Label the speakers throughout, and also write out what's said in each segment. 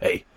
Speaker 1: Hey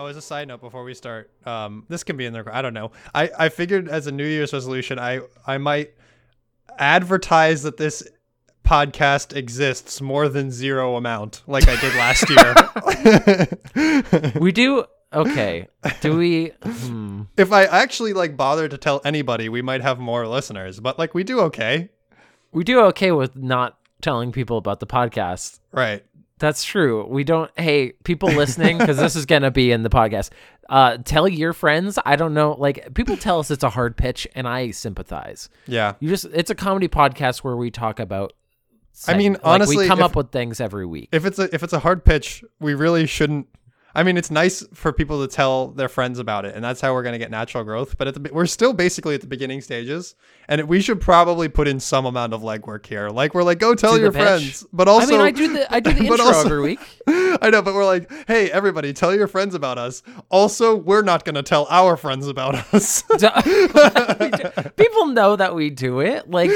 Speaker 2: Oh, as a side note, before we start, um, this can be in there. I don't know. I, I figured as a New Year's resolution, I I might advertise that this podcast exists more than zero amount, like I did last year.
Speaker 3: We do okay. Do we? Hmm.
Speaker 2: if I actually like bother to tell anybody, we might have more listeners. But like, we do okay,
Speaker 3: We do okay with not telling people about the podcast.
Speaker 2: right?
Speaker 3: That's true. We don't. Hey, people listening, because this is gonna be in the podcast. Uh, tell your friends. I don't know. Like people tell us it's a hard pitch, and I sympathize.
Speaker 2: Yeah.
Speaker 3: You just it's a comedy podcast where we talk about.
Speaker 2: I mean,
Speaker 3: segment- like,
Speaker 2: honestly,
Speaker 3: we come
Speaker 2: if-
Speaker 3: up with things every week.
Speaker 2: If it's a if it's a hard pitch, we really shouldn't. I mean, it's nice for people to tell their friends about it, and that's how we're going to get natural growth. But at the, be- we're still basically at the beginning stages, and we should probably put in some amount of legwork here. Like we're like, go tell
Speaker 3: Do the
Speaker 2: your
Speaker 3: pitch.
Speaker 2: friends, but also
Speaker 3: I mean, I do the I do the
Speaker 2: but
Speaker 3: intro
Speaker 2: also-
Speaker 3: every week.
Speaker 2: I know, but we're like, hey, everybody, tell your friends about us. Also, we're not going to tell our friends about us.
Speaker 3: Do- we do- people know that we do it. Like,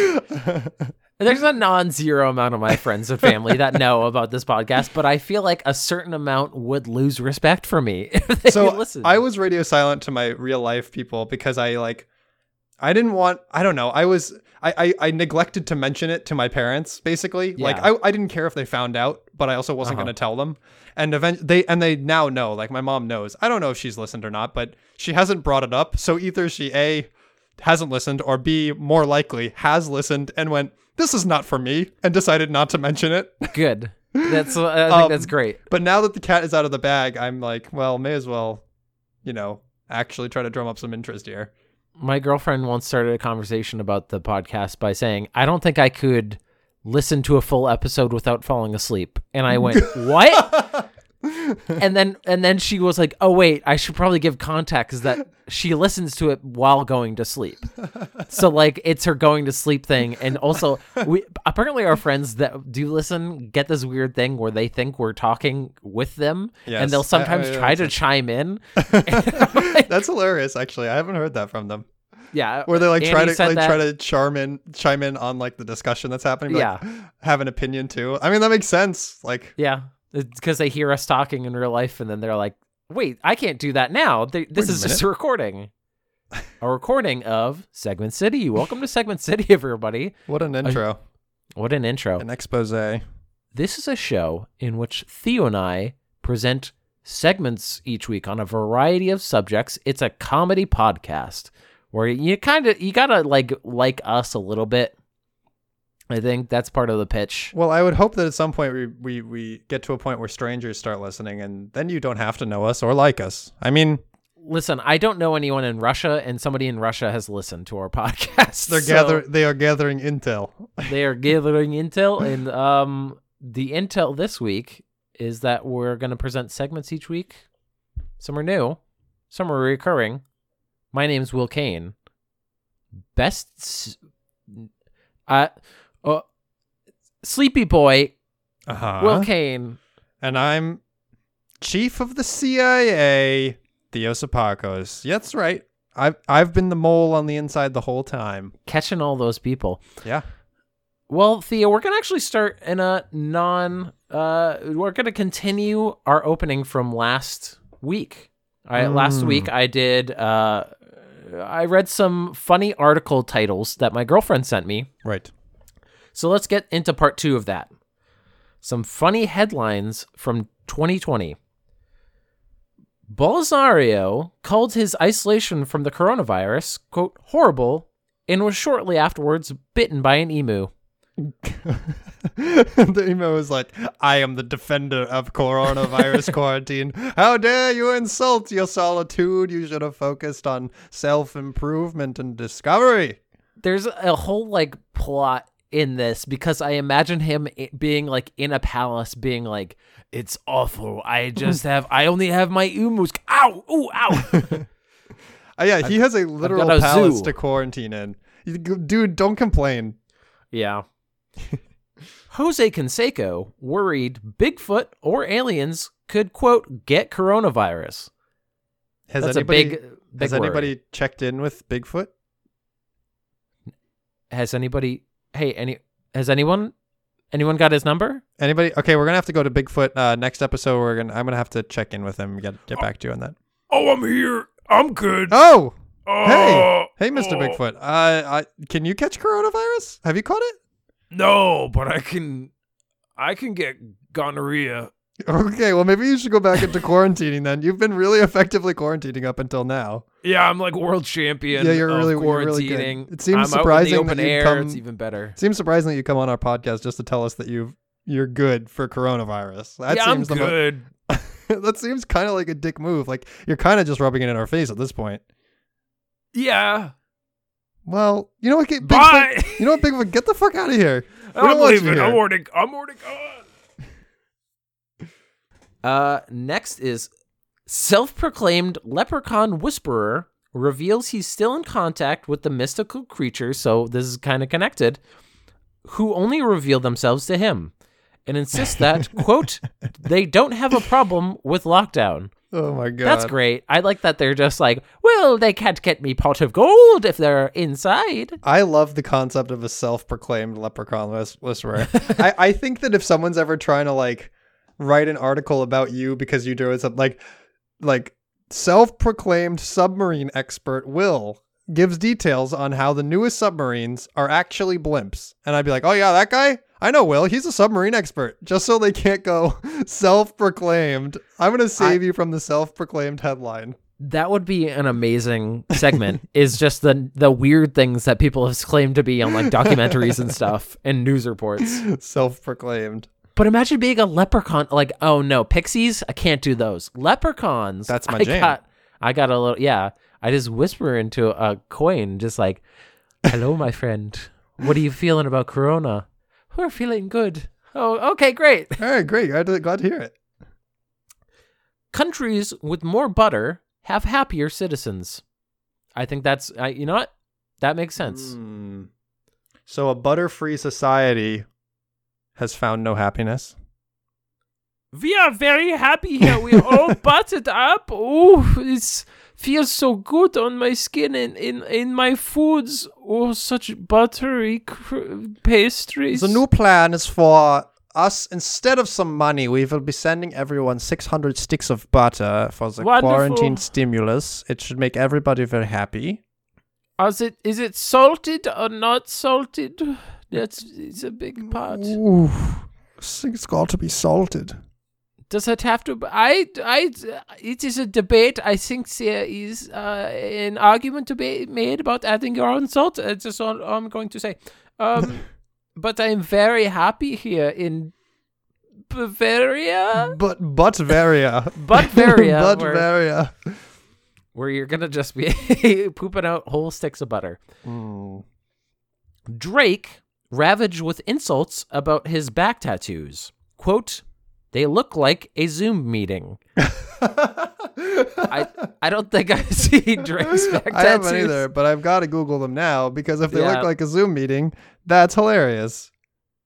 Speaker 3: there's a non zero amount of my friends and family that know about this podcast, but I feel like a certain amount would lose respect for me if they
Speaker 2: so
Speaker 3: listen.
Speaker 2: I was radio silent to my real life people because I like I didn't want I don't know I was I I, I neglected to mention it to my parents basically like
Speaker 3: Yeah.
Speaker 2: I, I didn't care if they found out but I also wasn't
Speaker 3: Uh-huh.
Speaker 2: going to tell them and event they and they now know like my mom knows I don't know if she's listened or not but she hasn't brought it up so either she a hasn't listened or b more likely has listened and went this is not for me and decided not to mention it
Speaker 3: Good. That's I think
Speaker 2: Um,
Speaker 3: that's great.
Speaker 2: but now that the cat is out of the bag, I'm like, well, may as well, you know, actually try to drum up some interest here.
Speaker 3: My girlfriend once started a conversation about the podcast by saying, "I don't think I could." Listen to a full episode without falling asleep, and I went, "What?" and then and then she was like, "Oh wait, I should probably give context that she listens to it while going to sleep." so like it's her going to sleep thing, and also we apparently our friends that do listen get this weird thing where they think we're talking with them,
Speaker 2: Yes.
Speaker 3: and they'll
Speaker 2: I-
Speaker 3: sometimes
Speaker 2: I-
Speaker 3: try to chime in.
Speaker 2: That's hilarious, actually. I haven't heard that from them.
Speaker 3: yeah,
Speaker 2: Where they like try
Speaker 3: Andy
Speaker 2: to
Speaker 3: said
Speaker 2: like
Speaker 3: that.
Speaker 2: try to charm in chime in on like the discussion that's happening. be like, have an opinion too. I mean, that makes sense. Like,
Speaker 3: yeah, because they hear us talking in real life, and then they're like, "Wait, I can't do that now. They, this
Speaker 2: Wait a
Speaker 3: is just a recording." A recording of Segment City. Welcome to Segment City, everybody.
Speaker 2: what an intro,
Speaker 3: What an intro.
Speaker 2: an expose.
Speaker 3: This is a show in which Theo and I present segments each week on a variety of subjects. It's a comedy podcast where you kind of you got to like like us a little bit. I think that's part of the pitch.
Speaker 2: Well, I would hope that at some point we, we we get to a point where strangers start listening, and then you don't have to know us or like us. I mean,
Speaker 3: Listen, I don't know anyone in Russia and somebody in Russia has listened to our podcast.
Speaker 2: they're
Speaker 3: so
Speaker 2: gather they are gathering intel.
Speaker 3: they are gathering intel and um the intel this week is that we're going to present segments each week. Some are new, some are recurring. My name's Will Kane. Best s- uh, uh Sleepy Boy
Speaker 2: Uh-huh.
Speaker 3: Will Kane.
Speaker 2: and I'm chief of the CIA, Theo Sapakos. Yeah, That's right. I've I've been the mole on the inside the whole time.
Speaker 3: catching all those people.
Speaker 2: Yeah.
Speaker 3: Well, Theo, we're gonna actually start in a non. Uh, we're gonna continue our opening from last week. All right, last
Speaker 2: Mm.
Speaker 3: week I did. Uh, I read some funny article titles that my girlfriend sent me.
Speaker 2: Right.
Speaker 3: So let's get into part two of that. Some funny headlines from 2020. Bolsonaro called his isolation from the coronavirus, quote, horrible, and was shortly afterwards bitten by an emu.
Speaker 2: the email was like, I am the defender of coronavirus quarantine. How dare you insult your solitude? You should have focused on self improvement and discovery.
Speaker 3: There's a whole like plot in this because I imagine him i- being like in a palace, being like, "It's awful. I just have. I only have my umusk. Ow, ooh, ow."
Speaker 2: Uh, yeah, he has a literal
Speaker 3: got a
Speaker 2: palace
Speaker 3: zoo.
Speaker 2: to quarantine in. You- Dude, don't complain.
Speaker 3: yeah. Jose Canseco worried Bigfoot or aliens could quote get coronavirus.
Speaker 2: Has
Speaker 3: That's
Speaker 2: anybody
Speaker 3: a big, big
Speaker 2: has
Speaker 3: worry.
Speaker 2: anybody checked in with Bigfoot?
Speaker 3: Has anybody? Hey, any? Has anyone? Anyone got his number?
Speaker 2: Anybody? Okay, we're gonna have to go to Bigfoot uh, next episode. We're gonna I'm gonna have to check in with him. and Get get back to you on that.
Speaker 1: Oh, I'm here. I'm good.
Speaker 2: Oh,
Speaker 1: Oh,
Speaker 2: hey, hey, Mr.
Speaker 1: oh.
Speaker 2: Bigfoot. Uh, I can you catch coronavirus? Have you caught it?
Speaker 1: No, but I can, I can get gonorrhea.
Speaker 2: Okay, well maybe you should go back into quarantining then. You've been really effectively quarantining up until now.
Speaker 1: Yeah, I'm like world champion.
Speaker 2: Yeah, you're
Speaker 1: of
Speaker 2: really- you're really
Speaker 1: quarantining.
Speaker 2: good. It seems
Speaker 3: I'm
Speaker 2: surprising
Speaker 3: out in the open
Speaker 2: that you
Speaker 3: air.
Speaker 2: come-
Speaker 3: It's even better.
Speaker 2: Seems surprising that you come on our podcast just to tell us that you've you're good for coronavirus. That
Speaker 1: yeah, I'm
Speaker 2: seems the mo-
Speaker 1: good.
Speaker 2: that seems kind of like a dick move. Like you're kind of just rubbing it in our face at this point.
Speaker 1: yeah.
Speaker 2: Well, you know what? Get, Bigfoot,
Speaker 1: Bye.
Speaker 2: You know what, Bigfoot? Get the fuck out of here. We don't
Speaker 1: I'm
Speaker 2: want you
Speaker 1: leaving.
Speaker 2: here.
Speaker 1: I'm already, I'm already gone.
Speaker 3: Uh, next is self-proclaimed leprechaun whisperer reveals he's still in contact with the mystical creature. So this is kind of connected. Who only reveal themselves to him, and insists that quote they don't have a problem with lockdown.
Speaker 2: Oh my god.
Speaker 3: That's great. I like that they're just like, well, they can't get me pot of gold if they're inside.
Speaker 2: I love the concept of a self-proclaimed leprechaun whis- whisperer. I, I think that if someone's ever trying to like write an article about you because you do something like like self-proclaimed submarine expert Will gives details on how the newest submarines are actually blimps, and I'd be like, oh yeah, that guy. I know Will. He's a submarine expert. Just so they can't go self-proclaimed. I'm gonna save you from the self-proclaimed headline.
Speaker 3: That would be an amazing segment. is just the the weird things that people have claimed to be on like documentaries and stuff and news reports.
Speaker 2: self-proclaimed.
Speaker 3: But imagine being a leprechaun. Like, oh no, pixies. I can't do those. Leprechauns.
Speaker 2: That's my
Speaker 3: I
Speaker 2: jam.
Speaker 3: Got, I got a little. Yeah, I just whisper into a coin, just like, "Hello, my friend. What are you feeling about Corona? We're feeling good. Oh, okay, great.
Speaker 2: All right, great. Glad to, glad to hear it.
Speaker 3: countries with more butter have happier citizens. I think that's I, you know what that makes sense.
Speaker 2: Hmm. So a butter-free society has found no happiness.
Speaker 3: We are very happy here. We are all buttered up. Oh, it feels so good on my skin and in in my foods. Oh, such buttery cr- pastries.
Speaker 2: The new plan is for us instead of some money, we will be sending everyone 600 sticks of butter for the
Speaker 3: Wonderful.
Speaker 2: quarantine stimulus. It should make everybody very happy.
Speaker 3: is it is it salted or not salted? That's it's a big part.
Speaker 2: Ooh, it's got to be salted.
Speaker 3: Does it have to? Be, I, I, it is a debate. I think there is uh, an argument to be made about adding your own salt. Uh, That's all I'm going to say. Um, but I'm very happy here in Bavaria,
Speaker 2: But Butvaria.
Speaker 3: Butvaria, where,
Speaker 2: Butvaria.
Speaker 3: where you're gonna just be pooping out whole sticks of butter.
Speaker 2: Hmm.
Speaker 3: Drake ravaged with insults about his back tattoos. Quote: "They look like a Zoom meeting." I I don't think I see Drake's back
Speaker 2: I
Speaker 3: tattoos.
Speaker 2: haven't either, but I've got to Google them now because if they
Speaker 3: Yeah.
Speaker 2: look like a Zoom meeting, that's hilarious.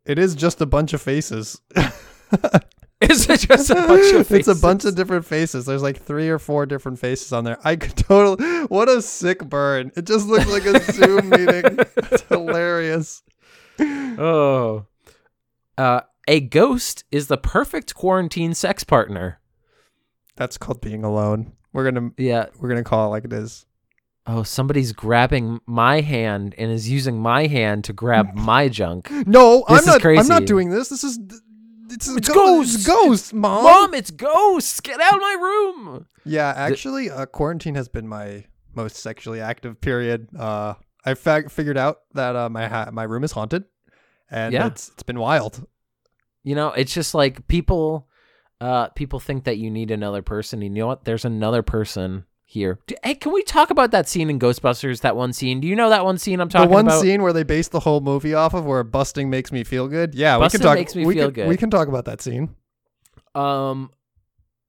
Speaker 2: It is just a bunch of faces.
Speaker 3: Is it just a bunch of
Speaker 2: It's
Speaker 3: faces?
Speaker 2: a bunch of different faces. There's like three or four different faces on there. I could totally. What a sick burn! It just looks like a Zoom meeting. It's hilarious.
Speaker 3: Oh. Uh, a ghost is the perfect quarantine sex partner.
Speaker 2: That's called being alone. We're gonna
Speaker 3: Yeah.
Speaker 2: we're gonna call it like it is.
Speaker 3: Oh, somebody's grabbing my hand and is using my hand to grab my junk.
Speaker 2: No,
Speaker 3: This
Speaker 2: I'm
Speaker 3: is
Speaker 2: not. I'm
Speaker 3: crazy.
Speaker 2: not doing this. This is. This is
Speaker 3: It's
Speaker 2: ghost.
Speaker 3: ghosts.
Speaker 2: Ghost, mom.
Speaker 3: Mom, it's ghosts. Get out of my room.
Speaker 2: Yeah, actually, uh, quarantine has been my most sexually active period. Uh, I fa- figured out that uh, my ha- my room is haunted, and
Speaker 3: Yeah.
Speaker 2: it's it's been wild.
Speaker 3: You know, it's just like people uh people think that you need another person. You know what? There's another person here. D- Hey, can we talk about that scene in Ghostbusters, that one scene? Do you know that one scene I'm
Speaker 2: The
Speaker 3: talking
Speaker 2: one
Speaker 3: about?
Speaker 2: scene where they based the whole movie off of where busting makes me feel good. Yeah,
Speaker 3: Busting
Speaker 2: we can talk.
Speaker 3: makes me
Speaker 2: we
Speaker 3: feel
Speaker 2: can,
Speaker 3: good.
Speaker 2: We can talk about that scene.
Speaker 3: Um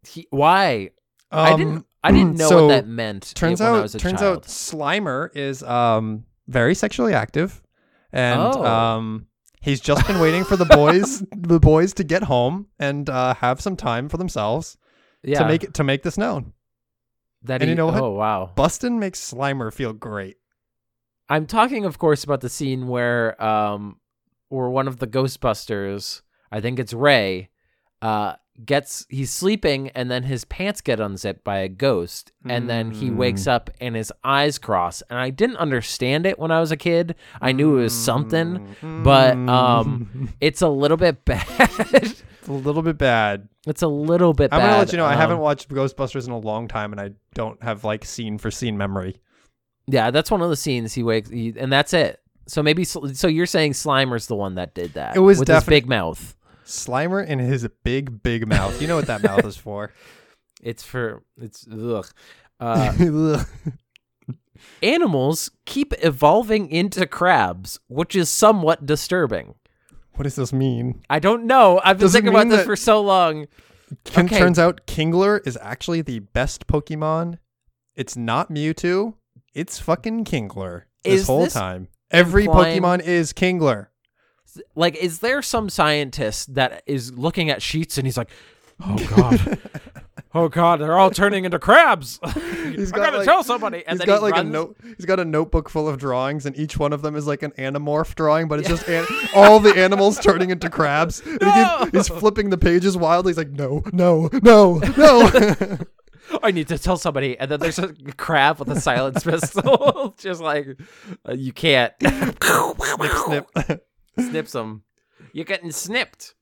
Speaker 3: he, why?
Speaker 2: Um,
Speaker 3: I didn't I didn't know
Speaker 2: so
Speaker 3: what that meant.
Speaker 2: Turns
Speaker 3: when I
Speaker 2: out,
Speaker 3: was a
Speaker 2: turns
Speaker 3: child.
Speaker 2: out, Slimer is um very sexually active, and
Speaker 3: Oh.
Speaker 2: um he's just been waiting for the boys the boys to get home and uh, have some time for themselves
Speaker 3: yeah,
Speaker 2: to make to make this known.
Speaker 3: that
Speaker 2: and
Speaker 3: he-
Speaker 2: you know what?
Speaker 3: Oh wow.
Speaker 2: Bustin makes Slimer feel great.
Speaker 3: I'm talking, of course, about the scene where um where one of the Ghostbusters, I think it's Ray, uh gets he's sleeping and then his pants get unzipped by a ghost and then he
Speaker 2: Mm.
Speaker 3: wakes up and his eyes cross and I didn't understand it when I was a kid. I knew it was something. but,
Speaker 2: Hmm.
Speaker 3: um, It's a little bit bad.
Speaker 2: Mm. it's a little bit bad.
Speaker 3: it's a little bit
Speaker 2: I'm
Speaker 3: bad.
Speaker 2: gonna let you know. I
Speaker 3: um,
Speaker 2: haven't watched Ghostbusters in a long time, and I don't have like scene for scene memory.
Speaker 3: Yeah, that's one of the scenes he wakes he, and that's it. So maybe Sl- so you're saying Slimer's the one that did that.
Speaker 2: It was
Speaker 3: with his
Speaker 2: definite-
Speaker 3: big mouth.
Speaker 2: Slimer and his big, big mouth. You know what that mouth is for.
Speaker 3: It's for it's ugh. Uh, animals keep evolving into crabs, which is somewhat disturbing.
Speaker 2: what does this mean?
Speaker 3: I don't know. I've been
Speaker 2: Does it
Speaker 3: thinking about
Speaker 2: mean
Speaker 3: this
Speaker 2: that-
Speaker 3: for so long.
Speaker 2: Kin-
Speaker 3: Okay.
Speaker 2: Turns out Kingler is actually the best Pokemon. It's not Mewtwo. It's fucking Kingler. This
Speaker 3: Is
Speaker 2: whole
Speaker 3: this
Speaker 2: time, every
Speaker 3: implying-
Speaker 2: Pokemon is Kingler.
Speaker 3: Like, is there some scientist that is looking at sheets and he's like, "Oh god, oh god, they're all turning into crabs."
Speaker 2: He's
Speaker 3: I gotta tell somebody. And
Speaker 2: he's
Speaker 3: then
Speaker 2: got
Speaker 3: he
Speaker 2: like
Speaker 3: runs.
Speaker 2: a note. He's got a notebook full of drawings, and each one of them is like an anamorph drawing, but it's just an- all the animals turning into crabs. And he keep-
Speaker 3: No!
Speaker 2: he's flipping the pages wildly. He's like, no, no, no, no.
Speaker 3: I need to tell somebody. And then there's a crab with a silence pistol, just like uh, you can't.
Speaker 2: Snip.
Speaker 3: snips them. You're getting snipped.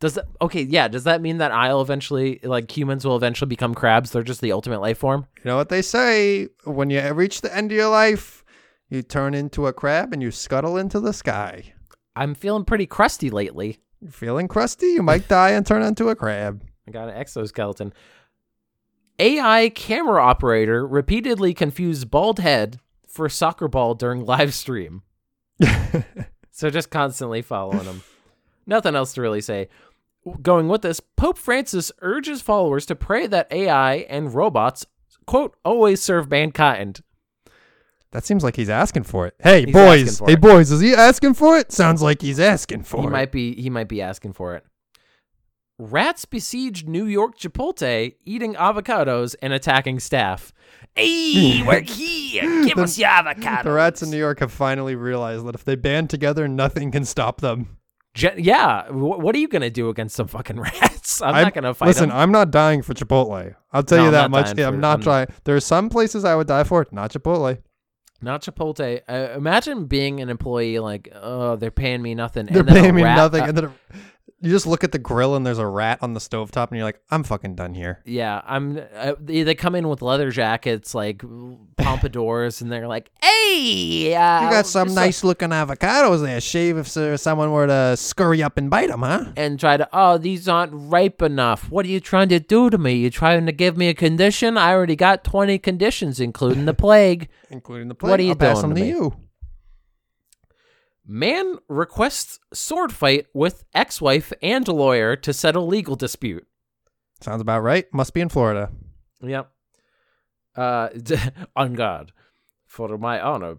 Speaker 3: Does that okay? Yeah. Does that mean that I'll eventually, like humans, will eventually become crabs? They're just the ultimate life form.
Speaker 2: You know what they say? When you reach the end of your life, you turn into a crab and you scuttle into the sky.
Speaker 3: I'm feeling pretty crusty lately.
Speaker 2: You're feeling crusty? You might die and turn into a crab.
Speaker 3: I got an exoskeleton. AI camera operator repeatedly confused bald head for soccer ball during live stream. so just constantly following him. Nothing else to really say. Going with this, Pope Francis urges followers to pray that AI and robots, quote, always serve mankind.
Speaker 2: That seems like he's asking for it. Hey
Speaker 3: He's asking
Speaker 2: boys,
Speaker 3: for
Speaker 2: hey
Speaker 3: it.
Speaker 2: boys, is he asking for it? Sounds like he's asking for
Speaker 3: He
Speaker 2: it.
Speaker 3: might be he might be asking for it. Rats besieged New York Chipotle, eating avocados and attacking staff. Hey, we're here. Give us your avocado.
Speaker 2: The rats in New York have finally realized that if they band together, nothing can stop them.
Speaker 3: Je- yeah, wh- what are you gonna do against some fucking rats? I'm,
Speaker 2: I'm-
Speaker 3: not gonna fight
Speaker 2: Listen,
Speaker 3: them.
Speaker 2: I'm not dying for Chipotle. I'll tell
Speaker 3: No,
Speaker 2: you
Speaker 3: I'm
Speaker 2: that
Speaker 3: not
Speaker 2: much.
Speaker 3: dying
Speaker 2: Yeah,
Speaker 3: for-
Speaker 2: I'm not
Speaker 3: I'm-
Speaker 2: trying. There are some places I would die for, not Chipotle.
Speaker 3: Not Chipotle. Uh, imagine being an employee like, oh, they're paying me nothing.
Speaker 2: They're
Speaker 3: and then a
Speaker 2: paying me
Speaker 3: rat-
Speaker 2: nothing.
Speaker 3: uh,
Speaker 2: and then a- you just look at the grill and there's a rat on the stovetop and you're like, I'm fucking done here.
Speaker 3: yeah, I'm. Uh, they, they come in with leather jackets, like pompadours, and they're like, "Hey, uh,
Speaker 2: You got some
Speaker 3: just,
Speaker 2: nice looking avocados there. Shave if uh, someone were to scurry up and bite them, huh?
Speaker 3: and try to oh these aren't ripe enough what are you trying to do to me you trying to give me a condition i already got 20 conditions including the plague
Speaker 2: Including the plate.
Speaker 3: What are you
Speaker 2: I'll pass
Speaker 3: doing
Speaker 2: them
Speaker 3: to
Speaker 2: to
Speaker 3: me?
Speaker 2: you.
Speaker 3: man requests sword fight with ex-wife and lawyer to settle legal dispute
Speaker 2: Sounds about right. Must be in Florida.
Speaker 3: yep uh on guard for my honor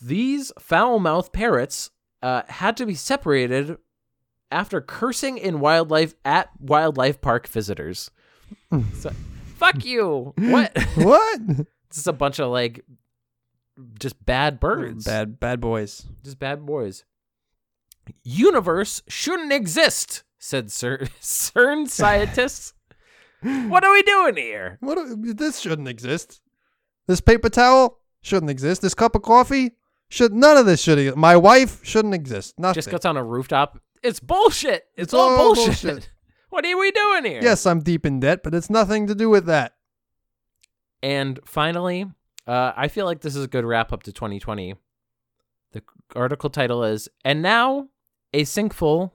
Speaker 3: these foul-mouthed parrots uh, had to be separated after cursing in wildlife at wildlife park visitors so, fuck you what
Speaker 2: What?
Speaker 3: just a bunch of like just bad birds
Speaker 2: bad, bad boys.
Speaker 3: just bad boys universe shouldn't exist said Cer- cern scientists what are we doing here
Speaker 2: What? a- This shouldn't exist. This paper towel shouldn't exist. This cup of coffee should. None of this should. e- My wife shouldn't exist. Nothing.
Speaker 3: just gets on a rooftop it's bullshit it's,
Speaker 2: It's
Speaker 3: all,
Speaker 2: all
Speaker 3: bullshit.
Speaker 2: bullshit.
Speaker 3: what are we doing here
Speaker 2: yes, I'm deep in debt, but it's nothing to do with that.
Speaker 3: and finally uh, i feel like this is a good wrap up to 2020 The article title is "And now a sinkful,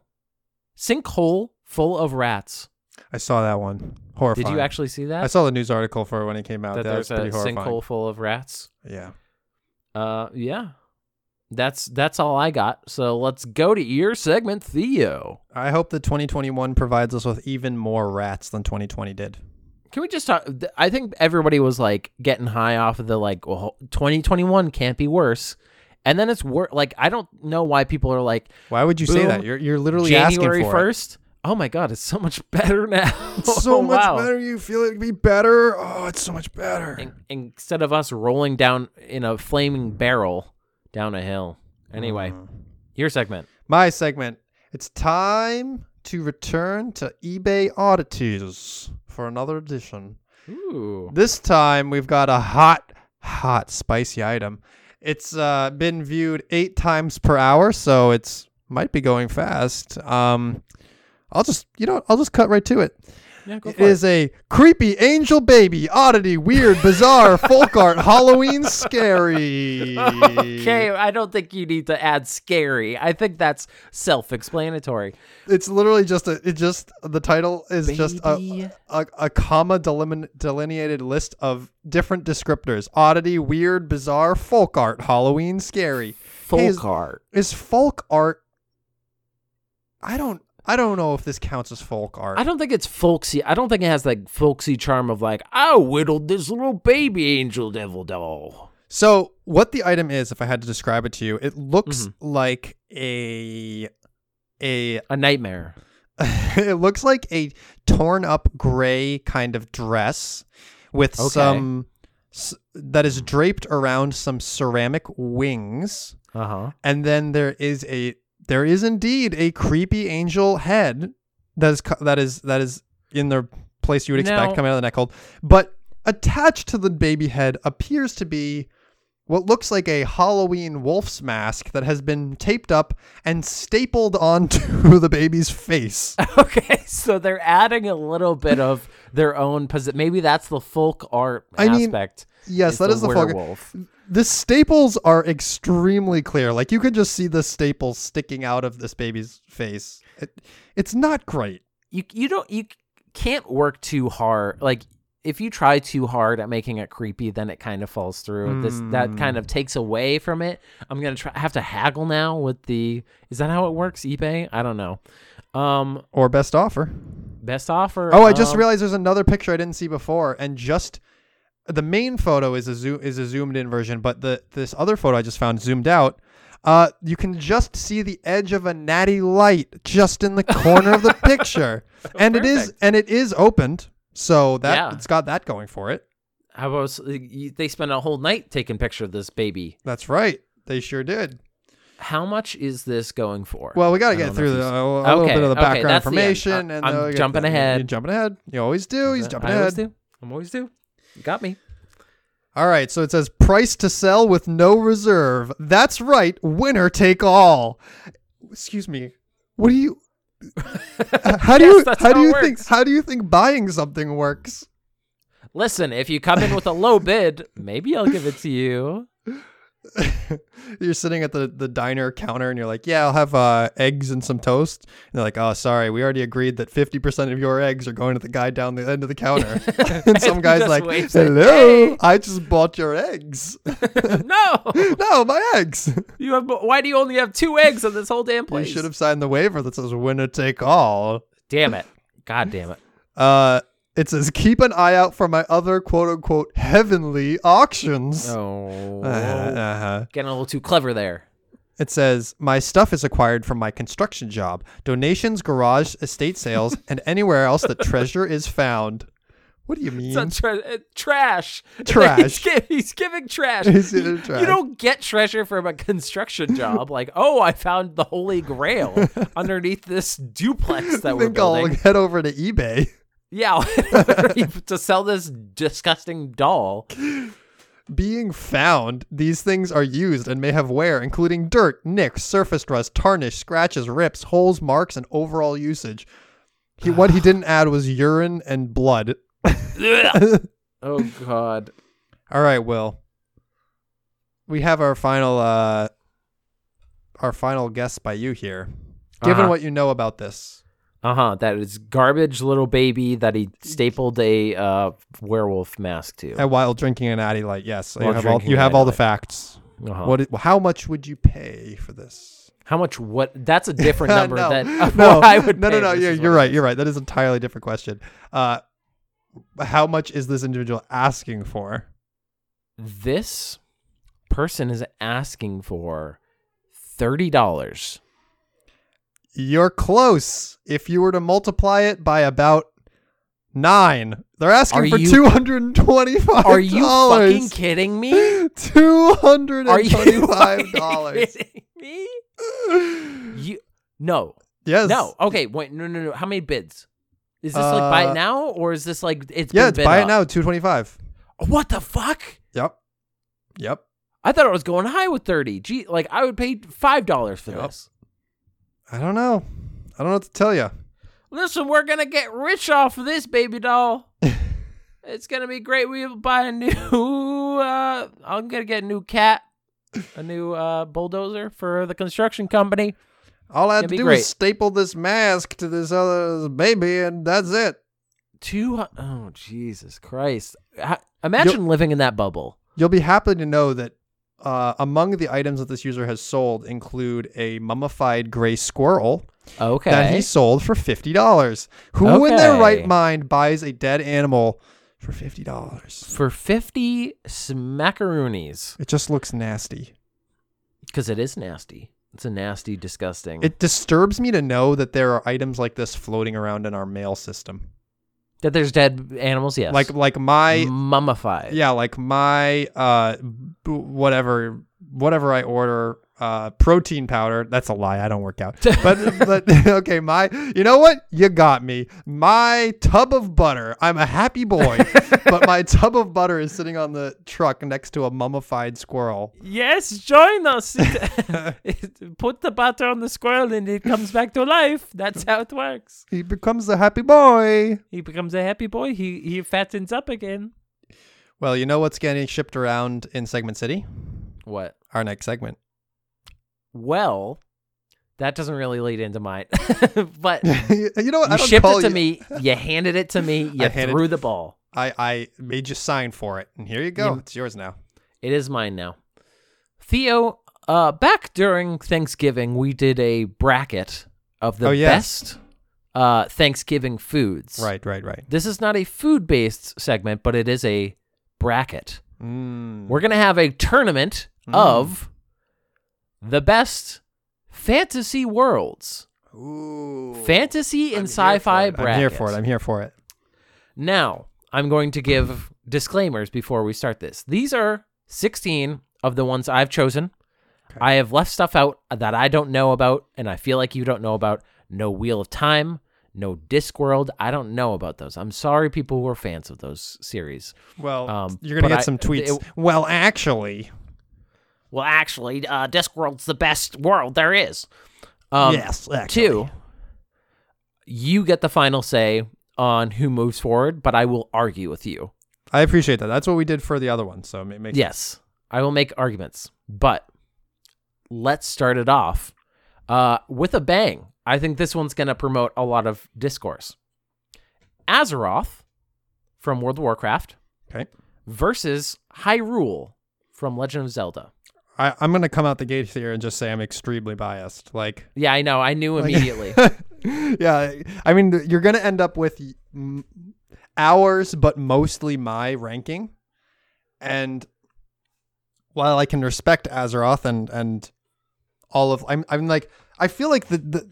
Speaker 3: sinkhole full of rats."
Speaker 2: I saw that one. Horrifying.
Speaker 3: Did you actually see that?
Speaker 2: I saw the news article for it when it came out.
Speaker 3: that
Speaker 2: That's
Speaker 3: there's a
Speaker 2: pretty horrifying.
Speaker 3: sinkhole full of rats.
Speaker 2: Yeah.
Speaker 3: Uh, yeah. That's that's all I got. So let's go to your segment, Theo.
Speaker 2: I hope that 2021 provides us with even more rats than 2020 did.
Speaker 3: Can we just talk? th- I think everybody was like getting high off of the like, well, 2021 can't be worse. And then it's wor- like, I don't know why people are like,
Speaker 2: Why would you say
Speaker 3: Boom.
Speaker 2: that? You're you're literally
Speaker 3: January
Speaker 2: asking for it.
Speaker 3: 1st. Oh my God, it's so much better now.
Speaker 2: So much
Speaker 3: Oh, Wow.
Speaker 2: better. You feel it be better. Oh, it's so much better.
Speaker 3: In- instead of us rolling down in a flaming barrel down a hill. Anyway,
Speaker 2: Mm-hmm.
Speaker 3: your segment.
Speaker 2: My segment. It's time to return to eBay oddities for another edition.
Speaker 3: Ooh.
Speaker 2: This time we've got a hot, hot, spicy item. It's uh, been viewed eight times per hour, so it's might be going fast. Um, I'll just you know what, I'll just cut right to it.
Speaker 3: Yeah, go
Speaker 2: It is a creepy angel baby oddity, weird, bizarre, folk art, Halloween scary.
Speaker 3: Okay, I don't think you need to add scary. I think that's self-explanatory.
Speaker 2: It's literally just a. It just the title is just
Speaker 3: Baby.
Speaker 2: a, a a comma delim- delineated list of different descriptors: oddity, weird, bizarre, folk art, Halloween, scary.
Speaker 3: Folk
Speaker 2: is-
Speaker 3: art.
Speaker 2: Is folk art? I don't. I don't know if this counts as folk art.
Speaker 3: I don't think it's folksy. I don't think it has like folksy charm of like I whittled this little baby angel devil doll.
Speaker 2: So, what the item is, if I had to describe it to you, it looks
Speaker 3: Mm-hmm.
Speaker 2: like a a
Speaker 3: A nightmare.
Speaker 2: it looks like a torn up gray kind of dress with
Speaker 3: Okay.
Speaker 2: some s- that is draped around some ceramic wings
Speaker 3: Uh huh.
Speaker 2: and then there is a there is indeed a creepy angel head that is co- that is that is in the place you would expect
Speaker 3: Now-
Speaker 2: coming out of the neck hold but attached to the baby head appears to be what looks like a Halloween wolf's mask that has been taped up and stapled onto the baby's face.
Speaker 3: Okay, so they're adding a little bit of their own. Posi- Maybe that's the folk art
Speaker 2: I mean,
Speaker 3: aspect.
Speaker 2: Yes, that is the, folk.
Speaker 3: werewolf.
Speaker 2: The staples are extremely clear. Like you could just see the staples sticking out of this baby's face. It, it's not great.
Speaker 3: you you don't you can't work too hard like if you try too hard at making it creepy then it kind of falls through this that kind
Speaker 2: Mm.
Speaker 3: of takes away from it i'm gonna try have to haggle now with the is that how it works ebay i don't know um
Speaker 2: Or best offer.
Speaker 3: best offer
Speaker 2: Oh, I just
Speaker 3: um,
Speaker 2: realized there's another picture I didn't see before, and just the main photo is a zoom is a zoomed in version, but the this other photo I just found zoomed out. Uh, you can just see the edge of a natty light just in the corner of the picture, and it is and it is opened, so that
Speaker 3: Oh, Yeah.
Speaker 2: it's got that going for it.
Speaker 3: how about you- they spend a whole night taking picture of this baby
Speaker 2: That's right, they sure did.
Speaker 3: how much is this going for Uh,
Speaker 2: Well, we got to
Speaker 3: I
Speaker 2: get
Speaker 3: don't know
Speaker 2: through
Speaker 3: if
Speaker 2: the, uh,
Speaker 3: he's-
Speaker 2: a, a little
Speaker 3: Okay,
Speaker 2: bit of the
Speaker 3: okay,
Speaker 2: background
Speaker 3: that's the end.
Speaker 2: information,
Speaker 3: I-
Speaker 2: and
Speaker 3: I'm
Speaker 2: then we get
Speaker 3: jumping
Speaker 2: the-
Speaker 3: ahead.
Speaker 2: You're jumping ahead. You always do. He's jumping
Speaker 3: i always
Speaker 2: ahead.
Speaker 3: do i'm always do you got me
Speaker 2: All right, so it says price to sell with no reserve. That's right, winner take all. Excuse me. What do you uh, How do
Speaker 3: Yes,
Speaker 2: you
Speaker 3: that's
Speaker 2: how do
Speaker 3: how it
Speaker 2: you think
Speaker 3: works.
Speaker 2: how do you think buying something works?
Speaker 3: listen if you come in with a low bid maybe i'll give it to you
Speaker 2: You're sitting at the, the diner counter and you're like, "Yeah, I'll have uh, eggs and some toast." And they're like, "Oh, sorry, we already agreed that 50% of your eggs are going to the guy down the end of the counter." and some
Speaker 3: He
Speaker 2: guy's
Speaker 3: just
Speaker 2: like,
Speaker 3: waves like,
Speaker 2: "Hello,
Speaker 3: "Hey."
Speaker 2: I just bought your eggs."
Speaker 3: no
Speaker 2: no, my eggs.
Speaker 3: You have why do you only have two eggs on this whole
Speaker 2: You
Speaker 3: damn place?
Speaker 2: should have signed the waiver that says winner take all.
Speaker 3: Damn it! God damn it!
Speaker 2: Uh, it says, keep an eye out for my other quote unquote heavenly auctions.
Speaker 3: Oh,
Speaker 2: Uh-huh, uh-huh.
Speaker 3: getting a little too clever there.
Speaker 2: It says, my stuff is acquired from my construction job, donations, garage, estate sales, and anywhere else that treasure is found. What do you mean?
Speaker 3: It's not tre- uh, trash.
Speaker 2: Mm. Trash.
Speaker 3: he's, gi- he's giving trash.
Speaker 2: He's giving
Speaker 3: You-
Speaker 2: trash.
Speaker 3: You don't get treasure from a construction job. like, oh, I found the holy grail underneath this duplex that
Speaker 2: I
Speaker 3: we're
Speaker 2: think I'll
Speaker 3: building.
Speaker 2: head over to eBay.
Speaker 3: Yeah, to sell this disgusting doll.
Speaker 2: Being found, these things are used and may have wear, including dirt, nicks, surface rust, tarnish, scratches, rips, holes, marks, and overall usage. He, what he didn't add was urine and blood.
Speaker 3: Oh God.
Speaker 2: All right, Will. We have our final uh our final guess by you here. Given
Speaker 3: Uh-huh.
Speaker 2: what you know about this,
Speaker 3: Uh huh. That is garbage little baby that he stapled a uh, werewolf mask to.
Speaker 2: and while drinking an Natty Light, yes, you
Speaker 3: While
Speaker 2: have all
Speaker 3: drinking
Speaker 2: you
Speaker 3: an
Speaker 2: have all
Speaker 3: Natty
Speaker 2: the facts.
Speaker 3: Uh-huh.
Speaker 2: What? i- How much would you pay for this?
Speaker 3: How much? What? That's a different number
Speaker 2: no,
Speaker 3: than uh,
Speaker 2: no,
Speaker 3: what I would.
Speaker 2: no, no,
Speaker 3: pay
Speaker 2: no.
Speaker 3: versus
Speaker 2: You're,
Speaker 3: what
Speaker 2: you're
Speaker 3: I-
Speaker 2: right. You're right. That is an entirely different question. Uh, how much is this individual asking for?
Speaker 3: This person is asking for thirty dollars.
Speaker 2: You're close. If you were to multiply it by about nine, they're asking
Speaker 3: Are
Speaker 2: for
Speaker 3: you-
Speaker 2: two hundred and twenty-five.
Speaker 3: Are you fucking kidding me?
Speaker 2: Two hundred
Speaker 3: Are
Speaker 2: and
Speaker 3: you
Speaker 2: twenty-five
Speaker 3: fucking
Speaker 2: dollars.
Speaker 3: kidding me? You no
Speaker 2: Yes.
Speaker 3: no okay wait no no no. How many bids? Is this like buy
Speaker 2: Uh,
Speaker 3: it now or is this like it's
Speaker 2: Yeah,
Speaker 3: been
Speaker 2: it's
Speaker 3: bid
Speaker 2: buy it
Speaker 3: up?
Speaker 2: now. Two twenty-five.
Speaker 3: What the fuck?
Speaker 2: Yep. Yep.
Speaker 3: I thought I was going high with thirty. Gee, like I would pay five dollars for
Speaker 2: Yep.
Speaker 3: this.
Speaker 2: I don't know. I don't know what to tell you.
Speaker 3: Listen, we're gonna get rich off of this baby doll. it's gonna be great. We'll buy a new. Uh, I'm gonna get a new cat, a new uh, bulldozer for the construction company.
Speaker 2: All I had
Speaker 3: It'd
Speaker 2: to
Speaker 3: be
Speaker 2: do
Speaker 3: great.
Speaker 2: is staple this mask to this other baby, and that's it.
Speaker 3: Two. hu- Oh Jesus Christ! Ha- Imagine living in that bubble.
Speaker 2: You'll be happy to know that uh, among the items that this user has sold include a mummified gray squirrel
Speaker 3: Okay.
Speaker 2: that he sold for fifty dollars. Who in their right
Speaker 3: Okay.
Speaker 2: mind buys a dead animal for fifty dollars?
Speaker 3: for fifty smackaroonies,
Speaker 2: It just looks nasty.
Speaker 3: because it is nasty. It's a nasty, disgusting.
Speaker 2: It disturbs me to know that there are items like this floating around in our mail system.
Speaker 3: that there's dead animals. Yes.
Speaker 2: Like like my
Speaker 3: mummified.
Speaker 2: yeah like my uh b- whatever whatever i order uh protein powder that's a lie i don't work out but but okay my you know what you got me my tub of butter i'm a happy boy but my tub of butter is sitting on the truck next to a mummified squirrel
Speaker 3: Yes, join us. Put the butter on the squirrel and it comes back to life. That's how it works.
Speaker 2: he becomes a happy boy
Speaker 3: He becomes a happy boy. He he fattens up again.
Speaker 2: well you know what's getting shipped around in segment city
Speaker 3: What?
Speaker 2: our next segment
Speaker 3: Well, that doesn't really lead into mine. but you
Speaker 2: you know what I don't
Speaker 3: shipped
Speaker 2: call
Speaker 3: it to
Speaker 2: you-
Speaker 3: me. You handed it to me. You
Speaker 2: handed-
Speaker 3: threw the ball.
Speaker 2: I, I made you sign for it and here you go
Speaker 3: You-
Speaker 2: it's yours now
Speaker 3: It is mine now. Theo, uh, back during Thanksgiving, we did a bracket of the
Speaker 2: Oh, yes.
Speaker 3: best uh, Thanksgiving foods.
Speaker 2: right right right
Speaker 3: This is not a food based segment, but it is a bracket.
Speaker 2: Mm.
Speaker 3: We're going to have a tournament
Speaker 2: Hmm.
Speaker 3: of the best fantasy worlds,
Speaker 2: Ooh.
Speaker 3: fantasy
Speaker 2: I'm
Speaker 3: and
Speaker 2: here
Speaker 3: sci fi
Speaker 2: for it.
Speaker 3: bracket.
Speaker 2: I'm here for it. I'm here for it.
Speaker 3: Now, I'm going to give disclaimers before we start this. These are 16 of the ones I've chosen. I have left stuff out that I don't know about and I feel like you don't know about. No Wheel of Time, no Discworld. I don't know about those. I'm sorry, people who are fans of those series.
Speaker 2: Well,
Speaker 3: Um,
Speaker 2: you're gonna
Speaker 3: but
Speaker 2: get
Speaker 3: I-
Speaker 2: some tweets.
Speaker 3: it-
Speaker 2: well, actually,
Speaker 3: Well, actually, uh, Discworld's the best world there is. Um,
Speaker 2: yes. Actually.
Speaker 3: Two, you get the final say on who moves forward, but I will argue with you.
Speaker 2: I appreciate that. That's what we did for the other one. So it makes
Speaker 3: Yes, I will make arguments, but let's start it off uh, with a bang. I think this one's going to promote a lot of discourse. Azeroth from World of Warcraft
Speaker 2: Okay.
Speaker 3: versus Hyrule from Legend of Zelda.
Speaker 2: I, I'm gonna come out the gate here and just say I'm extremely biased. Like,
Speaker 3: Yeah, I know. I knew immediately.
Speaker 2: yeah. I mean, you're gonna end up with mm, ours, but mostly my ranking. And while I can respect Azeroth and and all of, I'm I'm like I feel like the the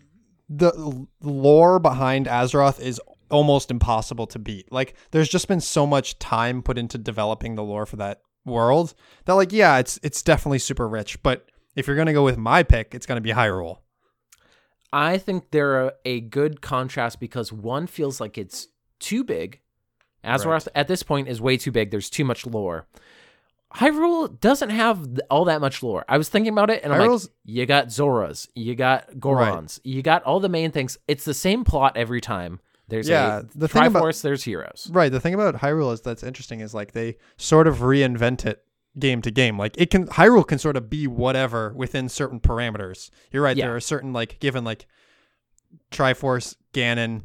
Speaker 2: the lore behind Azeroth is almost impossible to beat. Like, there's just been so much time put into developing the lore for that world that, like, yeah, it's it's definitely super rich. But if you're gonna go with my pick, it's gonna be Hyrule.
Speaker 3: I think they're a, a good contrast because one feels like it's too big. Azeroth at this point is way too big. There's too much lore. Hyrule doesn't have th- all that much lore. I was thinking about it, and I'm
Speaker 2: Hyrule's-
Speaker 3: like, you got Zoras, you got Gorons, you got all the main things. It's the same plot every time. There's
Speaker 2: Yeah,
Speaker 3: a
Speaker 2: the
Speaker 3: the
Speaker 2: thing
Speaker 3: Triforce,
Speaker 2: about-
Speaker 3: there's heroes.
Speaker 2: Right. The thing about Hyrule is that's interesting is like they sort of reinvent it game to game. Like it can Hyrule can sort of be whatever within certain parameters. You're right.
Speaker 3: Yeah.
Speaker 2: There are certain like given like Triforce, Ganon,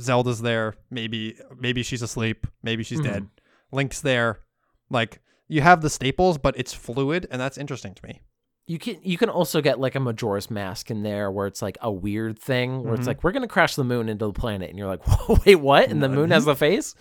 Speaker 2: Zelda's there. Maybe maybe she's asleep. Maybe she's
Speaker 3: Mhm.
Speaker 2: dead. Link's there. Like you have the staples, but it's fluid, and that's interesting to me.
Speaker 3: you can you can also get like a Majora's Mask in there where it's like a weird thing where
Speaker 2: Mhm.
Speaker 3: it's like we're gonna crash the moon into the planet and you're like Whoa, wait what and the moon
Speaker 2: Mm-hmm.
Speaker 3: has the face.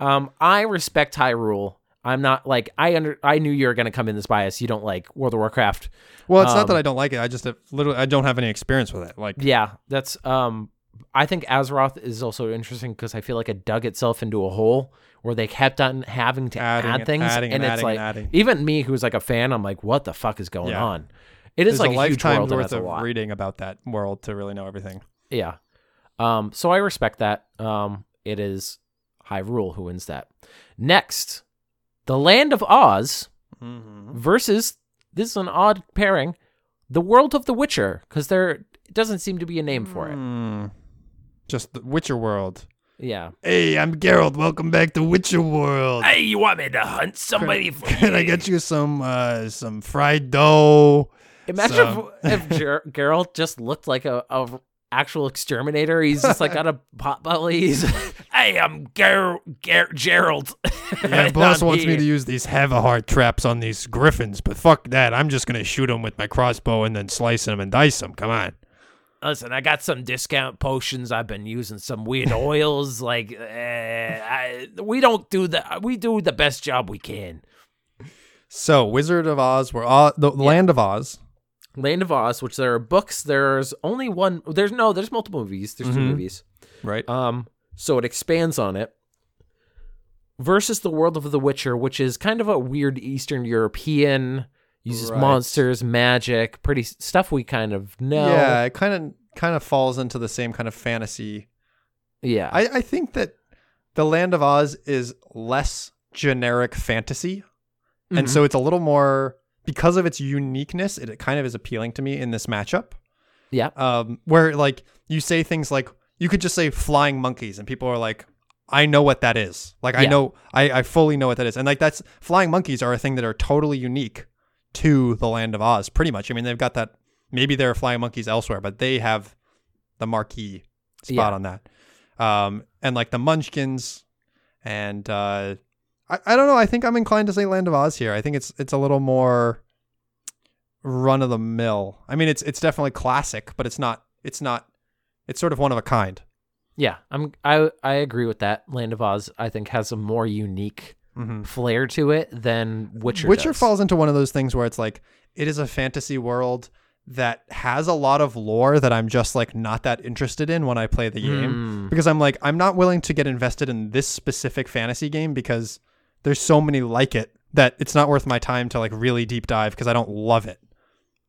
Speaker 3: um, I respect Hyrule. I'm not like I under I knew you were gonna come in this bias. You don't like World of Warcraft.
Speaker 2: Well, it's not that
Speaker 3: Um,
Speaker 2: I don't like it. I just have, literally I don't have any experience with it. Like
Speaker 3: Yeah, that's um. I think Azeroth is also interesting because I feel like it dug itself into a hole where they kept on having to
Speaker 2: Adding
Speaker 3: add
Speaker 2: and
Speaker 3: things,
Speaker 2: adding and
Speaker 3: it's
Speaker 2: adding
Speaker 3: like
Speaker 2: and adding.
Speaker 3: even me, who's like a fan, I'm like, what the fuck is going
Speaker 2: Yeah.
Speaker 3: on? It is
Speaker 2: there's
Speaker 3: like
Speaker 2: a
Speaker 3: a, huge
Speaker 2: lifetime
Speaker 3: world, and
Speaker 2: worth
Speaker 3: that's a
Speaker 2: of
Speaker 3: lot.
Speaker 2: reading about that world to really know everything.
Speaker 3: Yeah. Um, so I respect that. Um, it is Hyrule who wins that. Next, the Land of Oz
Speaker 2: Mm-hmm.
Speaker 3: versus this is an odd pairing, the World of the Witcher, because there doesn't seem to be a name for
Speaker 2: Mm.
Speaker 3: it.
Speaker 2: Hmm. Just the Witcher world.
Speaker 3: Yeah.
Speaker 2: Hey, I'm Geralt. Welcome back to Witcher world.
Speaker 1: Hey, you want me to hunt somebody for
Speaker 2: Can I get you some uh some fried dough?
Speaker 3: Imagine
Speaker 2: So-
Speaker 3: if, if Ger- Geralt just looked like a, a actual exterminator. He's just like got a pot belly. He's
Speaker 1: Hey, I'm Ger- Ger- Gerald.
Speaker 2: Yeah, boss
Speaker 1: Not
Speaker 2: wants me
Speaker 1: here.
Speaker 2: to use these have a heart traps on these griffins, but fuck that. I'm just gonna shoot them with my crossbow and then slice them and dice them. Come on.
Speaker 3: Listen, I got some discount potions. I've been using some weird oils. Like, uh, I, we don't do the we do the best job we can.
Speaker 2: So, Wizard of Oz, we're all the land of Oz.
Speaker 3: Land of Oz, which there are books. There's only one. There's no. There's multiple movies. There's two
Speaker 2: Mhm.
Speaker 3: movies.
Speaker 2: Right.
Speaker 3: Um, so it expands on it. Versus the world of The Witcher, which is kind of a weird Eastern European uses
Speaker 2: Right.
Speaker 3: monsters, magic, pretty s- stuff we kind of know.
Speaker 2: Yeah, it kind of kind of falls into the same kind of fantasy.
Speaker 3: yeah.
Speaker 2: I, I think that the Land of Oz is less generic fantasy, and
Speaker 3: Mhm.
Speaker 2: so it's a little more because of its uniqueness. It, it kind of is appealing to me in this matchup.
Speaker 3: Yeah.
Speaker 2: Um, where like you say things like you could just say flying monkeys, and people are like, "I know what that is." Like I
Speaker 3: Yeah.
Speaker 2: know, I I fully know what that is, and like that's flying monkeys are a thing that are totally unique to the Land of Oz, pretty much. I mean, they've got that. Maybe there are flying monkeys elsewhere, but they have the marquee spot
Speaker 3: Yeah.
Speaker 2: on that. Um, and like the Munchkins, and uh, I I don't know. I think I'm inclined to say Land of Oz here. I think it's it's a little more run of the mill. I mean, it's it's definitely classic, but it's not it's not it's sort of one of a kind.
Speaker 3: yeah. I'm I I agree with that. Land of Oz, I think, has a more unique
Speaker 2: Mm-hmm.
Speaker 3: flair to it than Witcher.
Speaker 2: Witcher
Speaker 3: does.
Speaker 2: falls into one of those things where it's like it is a fantasy world that has a lot of lore that I'm just like not that interested in when I play the game
Speaker 3: Mm.
Speaker 2: because I'm like I'm not willing to get invested in this specific fantasy game because there's so many like it that it's not worth my time to like really deep dive because I don't love it.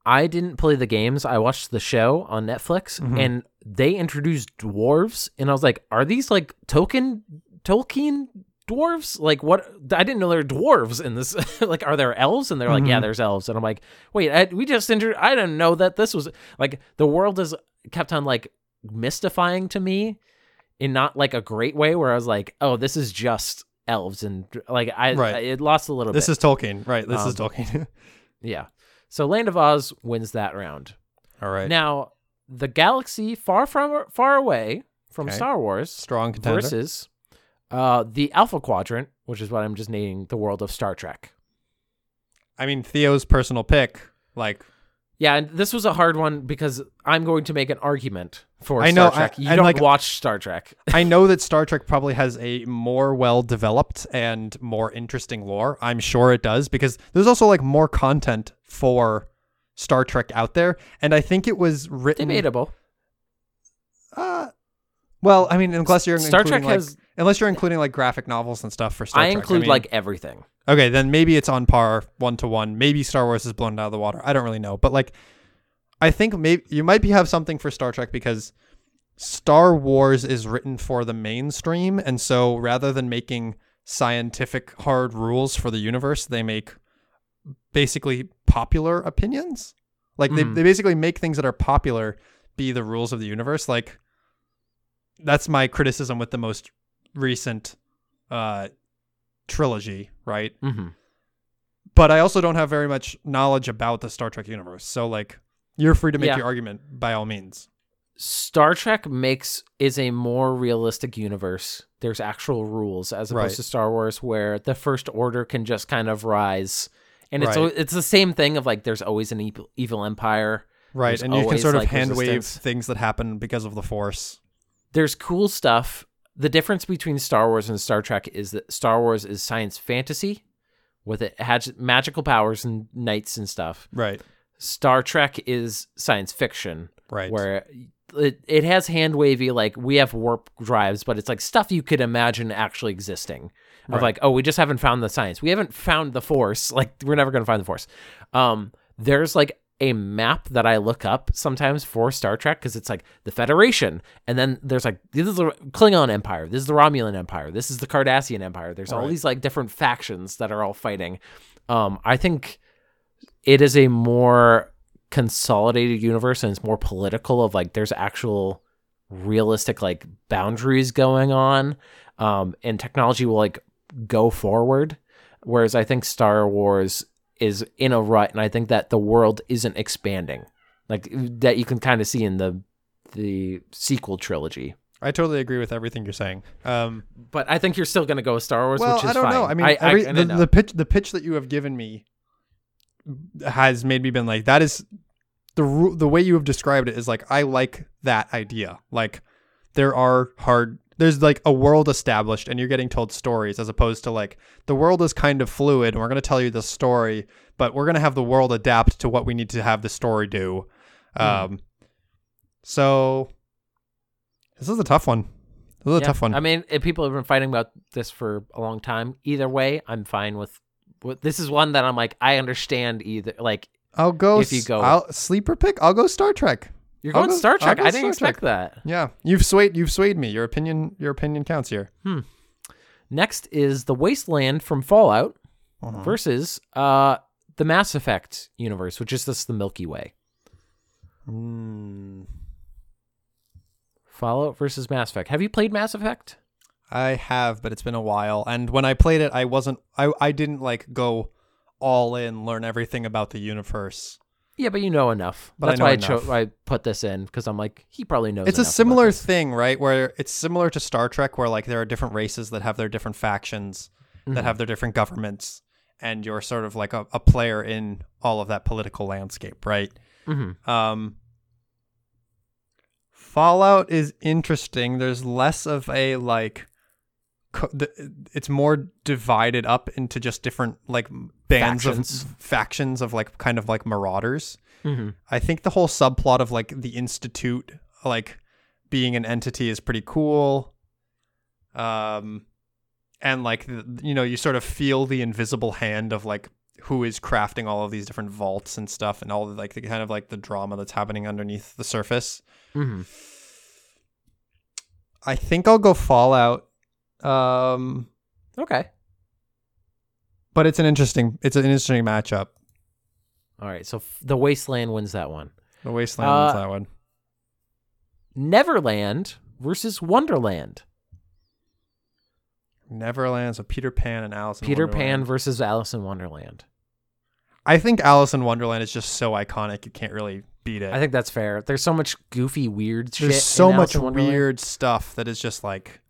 Speaker 3: I didn't play the games. I watched the show on Netflix,
Speaker 2: Mhm.
Speaker 3: and they introduced dwarves, and I was like, "Are these like token Tolkien dwarves? Like what? I didn't know there were dwarves in this. like, are there elves?" And they're like, "Yeah,
Speaker 2: Mhm.
Speaker 3: there's elves." And I'm like, "Wait, I, we just inter- I didn't know that this was like the world is kept on like mystifying to me, in not like a great way, where I was like, "Oh, this is just." elves and like i,
Speaker 2: Right.
Speaker 3: I it lost a little
Speaker 2: This
Speaker 3: bit
Speaker 2: is Tolkien, right? This is
Speaker 3: Um,
Speaker 2: Tolkien.
Speaker 3: yeah so land of oz wins that round
Speaker 2: All right.
Speaker 3: now, the galaxy far from far away from
Speaker 2: Okay.
Speaker 3: Star Wars
Speaker 2: Strong contender.
Speaker 3: versus uh, the Alpha Quadrant, which is what I'm just naming the world of Star Trek.
Speaker 2: I mean, Theo's personal pick. Like,
Speaker 3: Yeah, and this was a hard one because I'm going to make an argument for
Speaker 2: I know,
Speaker 3: Star Trek.
Speaker 2: I-
Speaker 3: you
Speaker 2: and,
Speaker 3: don't
Speaker 2: like- mm,
Speaker 3: watch Star Trek.
Speaker 2: I know that Star Trek probably has a more well developed and more interesting lore. I'm sure it does because there's also like more content for Star Trek out there. And I think it was written.
Speaker 3: Debatable.
Speaker 2: Uh, well, I mean, unless you're
Speaker 3: Star
Speaker 2: including,
Speaker 3: Trek
Speaker 2: like-
Speaker 3: has-
Speaker 2: unless you're including like graphic novels and stuff for Star
Speaker 3: I
Speaker 2: Trek.
Speaker 3: include
Speaker 2: mean-
Speaker 3: like everything.
Speaker 2: Okay, then maybe it's on par one to one. Maybe Star Wars is blown out of the water. I don't really know, but like, I think maybe you might be have something for Star Trek because Star Wars is written for the mainstream, and so rather than making scientific hard rules for the universe, they make basically popular opinions. Like they,
Speaker 3: Mhm.
Speaker 2: they basically make things that are popular be the rules of the universe. Like that's my criticism with the most
Speaker 3: Mm-hmm.
Speaker 2: recent uh trilogy, right?
Speaker 3: hmm
Speaker 2: but I also don't have very much knowledge about the Star Trek universe. So like you're free to make
Speaker 3: Yeah.
Speaker 2: your argument by all means.
Speaker 3: Star Trek makes is a more realistic universe. There's actual rules as opposed
Speaker 2: Right.
Speaker 3: to Star Wars, where the First Order can just kind of rise, and it's
Speaker 2: Right.
Speaker 3: al- it's the same thing of like there's always an evil, evil empire.
Speaker 2: Right.
Speaker 3: There's
Speaker 2: and you can
Speaker 3: always,
Speaker 2: sort of
Speaker 3: like,
Speaker 2: hand wave
Speaker 3: resistance.
Speaker 2: things that happen because of the force.
Speaker 3: There's cool stuff. The difference between Star Wars and Star Trek is that Star Wars is science fantasy, with it has magical powers and knights and stuff.
Speaker 2: Right.
Speaker 3: Star Trek is science fiction,
Speaker 2: Right.
Speaker 3: where it, it has hand wavy like we have warp drives but it's like stuff you could imagine actually existing of
Speaker 2: Right.
Speaker 3: like oh we just haven't found the science we haven't found the force like we're never going to find the force um there's like a map that I look up sometimes for Star Trek because it's like the Federation, and then there's like this is the Klingon Empire, this is the Romulan Empire, this is the Cardassian Empire. There's all
Speaker 2: Right.
Speaker 3: these like different factions that are all fighting. Um, I think it is a more consolidated universe and it's more political of like there's actual realistic like boundaries going on um and technology will like go forward whereas i think star wars is in a rut and i think that the world isn't expanding like that you can kind of see in the the sequel trilogy
Speaker 2: I totally agree with everything you're saying. Um
Speaker 3: but i think you're still going to go with star wars
Speaker 2: well,
Speaker 3: which is
Speaker 2: I don't
Speaker 3: fine
Speaker 2: know. I mean, every,
Speaker 3: kinda
Speaker 2: the,
Speaker 3: know.
Speaker 2: the pitch the pitch that you have given me has made me been like that is the ru- the way you have described it is like I like that idea. Like there are hard there's like a world established and you're getting told stories as opposed to like the world is kind of fluid and we're going to tell you the story, but we're going to have the world adapt to what we need to have the story do.
Speaker 3: Hmm.
Speaker 2: Um so this is a tough one. This is a
Speaker 3: Yeah.
Speaker 2: tough one.
Speaker 3: I mean, if people have been fighting about this for a long time. Either way, I'm fine with. with this is one that I'm like, I understand either. Like
Speaker 2: I'll go.
Speaker 3: if you
Speaker 2: s-
Speaker 3: go-
Speaker 2: I'll, sleeper pick. I'll go Star Trek.
Speaker 3: you're
Speaker 2: I'll
Speaker 3: going
Speaker 2: go-
Speaker 3: Star
Speaker 2: I'll
Speaker 3: Trek.
Speaker 2: go
Speaker 3: I didn't
Speaker 2: Star
Speaker 3: expect that.
Speaker 2: Yeah, you've swayed. You've swayed me. Your opinion. Your opinion counts here.
Speaker 3: Next is the Wasteland from Fallout
Speaker 2: Uh-huh.
Speaker 3: versus uh the Mass Effect universe, which is just the Milky Way.
Speaker 2: Hmm.
Speaker 3: Fallout versus Mass Effect. Have you played Mass Effect?
Speaker 2: I have, but it's been a while. And when I played it, I wasn't. I I didn't like go all in, learn everything about the universe.
Speaker 3: Yeah, but you know enough.
Speaker 2: But I
Speaker 3: That's
Speaker 2: know
Speaker 3: why I
Speaker 2: enough.
Speaker 3: chose. I put this in because I'm like, he probably knows.
Speaker 2: It's a
Speaker 3: enough about
Speaker 2: similar
Speaker 3: this.
Speaker 2: thing, right? Where it's similar to Star Trek, where like there are different races that have their different factions, that
Speaker 3: Mm-hmm.
Speaker 2: have their different governments, and you're sort of like a, a player in all of that political landscape, right?
Speaker 3: Mhm.
Speaker 2: Um, Fallout is interesting. There's less of a like. Co- the, it's more divided up into just different like bands
Speaker 3: Factions.
Speaker 2: of factions of like kind of like marauders.
Speaker 3: Mhm.
Speaker 2: I think the whole subplot of like the institute like being an entity is pretty cool. Um and like th- you know you sort of feel the invisible hand of like who is crafting all of these different vaults and stuff and all the like the kind of like the drama that's happening underneath the surface.
Speaker 3: Mhm.
Speaker 2: I think I'll go Fallout. Um
Speaker 3: Okay.
Speaker 2: but it's an interesting it's an interesting matchup.
Speaker 3: All right. So f- the Wasteland wins that one.
Speaker 2: The wasteland
Speaker 3: Uh,
Speaker 2: is that one.
Speaker 3: Neverland versus Wonderland.
Speaker 2: Neverland, so Peter Pan and Alice. in
Speaker 3: Peter
Speaker 2: Wonderland.
Speaker 3: Pan versus Alice in Wonderland.
Speaker 2: I think Alice in Wonderland is just so iconic you can't really beat it.
Speaker 3: I think that's fair. There's so much goofy, weird shit.
Speaker 2: there's so
Speaker 3: in Alice
Speaker 2: much
Speaker 3: in Wonderland.
Speaker 2: weird stuff that is just like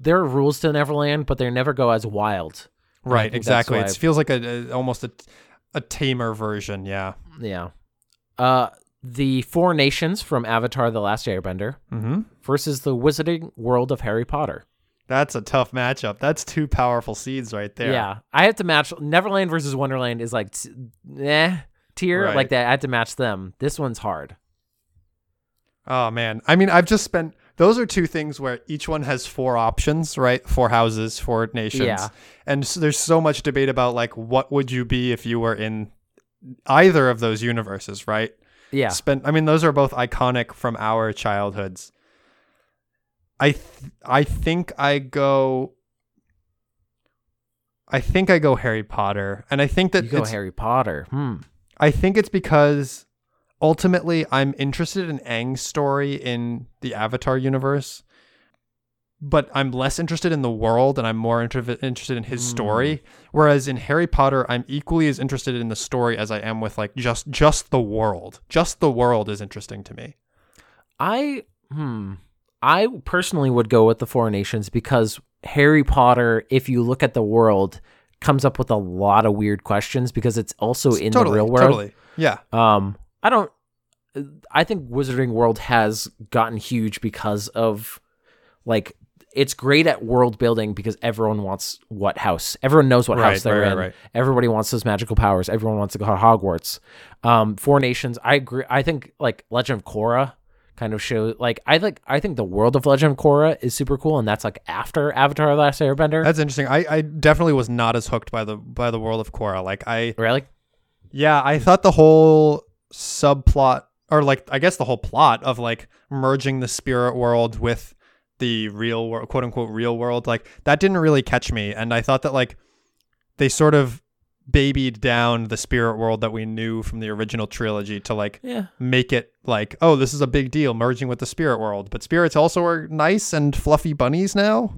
Speaker 3: There are rules to Neverland, but they never go as wild. And I
Speaker 2: right,
Speaker 3: think that's
Speaker 2: exactly.
Speaker 3: why-
Speaker 2: It feels like a, a almost a a tamer version, yeah.
Speaker 3: Yeah. Uh, the Four Nations from Avatar: The Last Airbender
Speaker 2: Mm-hmm.
Speaker 3: versus the Wizarding World of Harry Potter.
Speaker 2: That's a tough matchup. That's two powerful seeds right there.
Speaker 3: Yeah, I have to match Neverland versus Wonderland is like, t- eh, tier
Speaker 2: Right.
Speaker 3: like that. I have to match them. This one's hard.
Speaker 2: Oh man. I mean, I've just spent those are two things where each one has four options, right? Four houses, four nations.
Speaker 3: Yeah.
Speaker 2: And so there's so much debate about like what would you be if you were in either of those universes, right?
Speaker 3: Yeah,
Speaker 2: spent i mean those are both iconic from our childhoods i th- i think i go i think i go harry potter and i think that
Speaker 3: you go
Speaker 2: it's-
Speaker 3: Harry Potter. Hmm.
Speaker 2: i think it's because ultimately i'm interested in Aang's story in the avatar universe but I'm less interested in the world and I'm more inter- interested in
Speaker 3: Hmm.
Speaker 2: his story. Whereas in Harry Potter, I'm equally as interested in the story as I am with like just just the world. Just the world is interesting to me.
Speaker 3: I hmm. I personally would go with the Four Nations because Harry Potter, if you look at the world, comes up with a lot of weird questions because it's also in
Speaker 2: totally,
Speaker 3: the real world.
Speaker 2: Totally. Yeah.
Speaker 3: Um, I don't. I think Wizarding World has gotten huge because of, like, it's great at world building because everyone wants what house. Everyone knows what
Speaker 2: Right,
Speaker 3: house they're
Speaker 2: right, right,
Speaker 3: in.
Speaker 2: right.
Speaker 3: Everybody wants those magical powers. Everyone wants to go to Hogwarts. Um, Four Nations. I agree. I think like Legend of Korra kind of shows like I like I think the world of Legend of Korra is super cool, and that's like after Avatar: The Last Airbender.
Speaker 2: That's interesting. I, I definitely was not as hooked by the by the world of Korra. Like I
Speaker 3: really?
Speaker 2: Yeah, I thought the whole subplot, or like, I guess the whole plot of like merging the spirit world with the real world, quote unquote, real world, like that didn't really catch me. And I thought that like they sort of babied down the spirit world that we knew from the original trilogy to like
Speaker 3: Yeah.
Speaker 2: make it like, oh, this is a big deal merging with the spirit world. But spirits also are nice and fluffy bunnies now.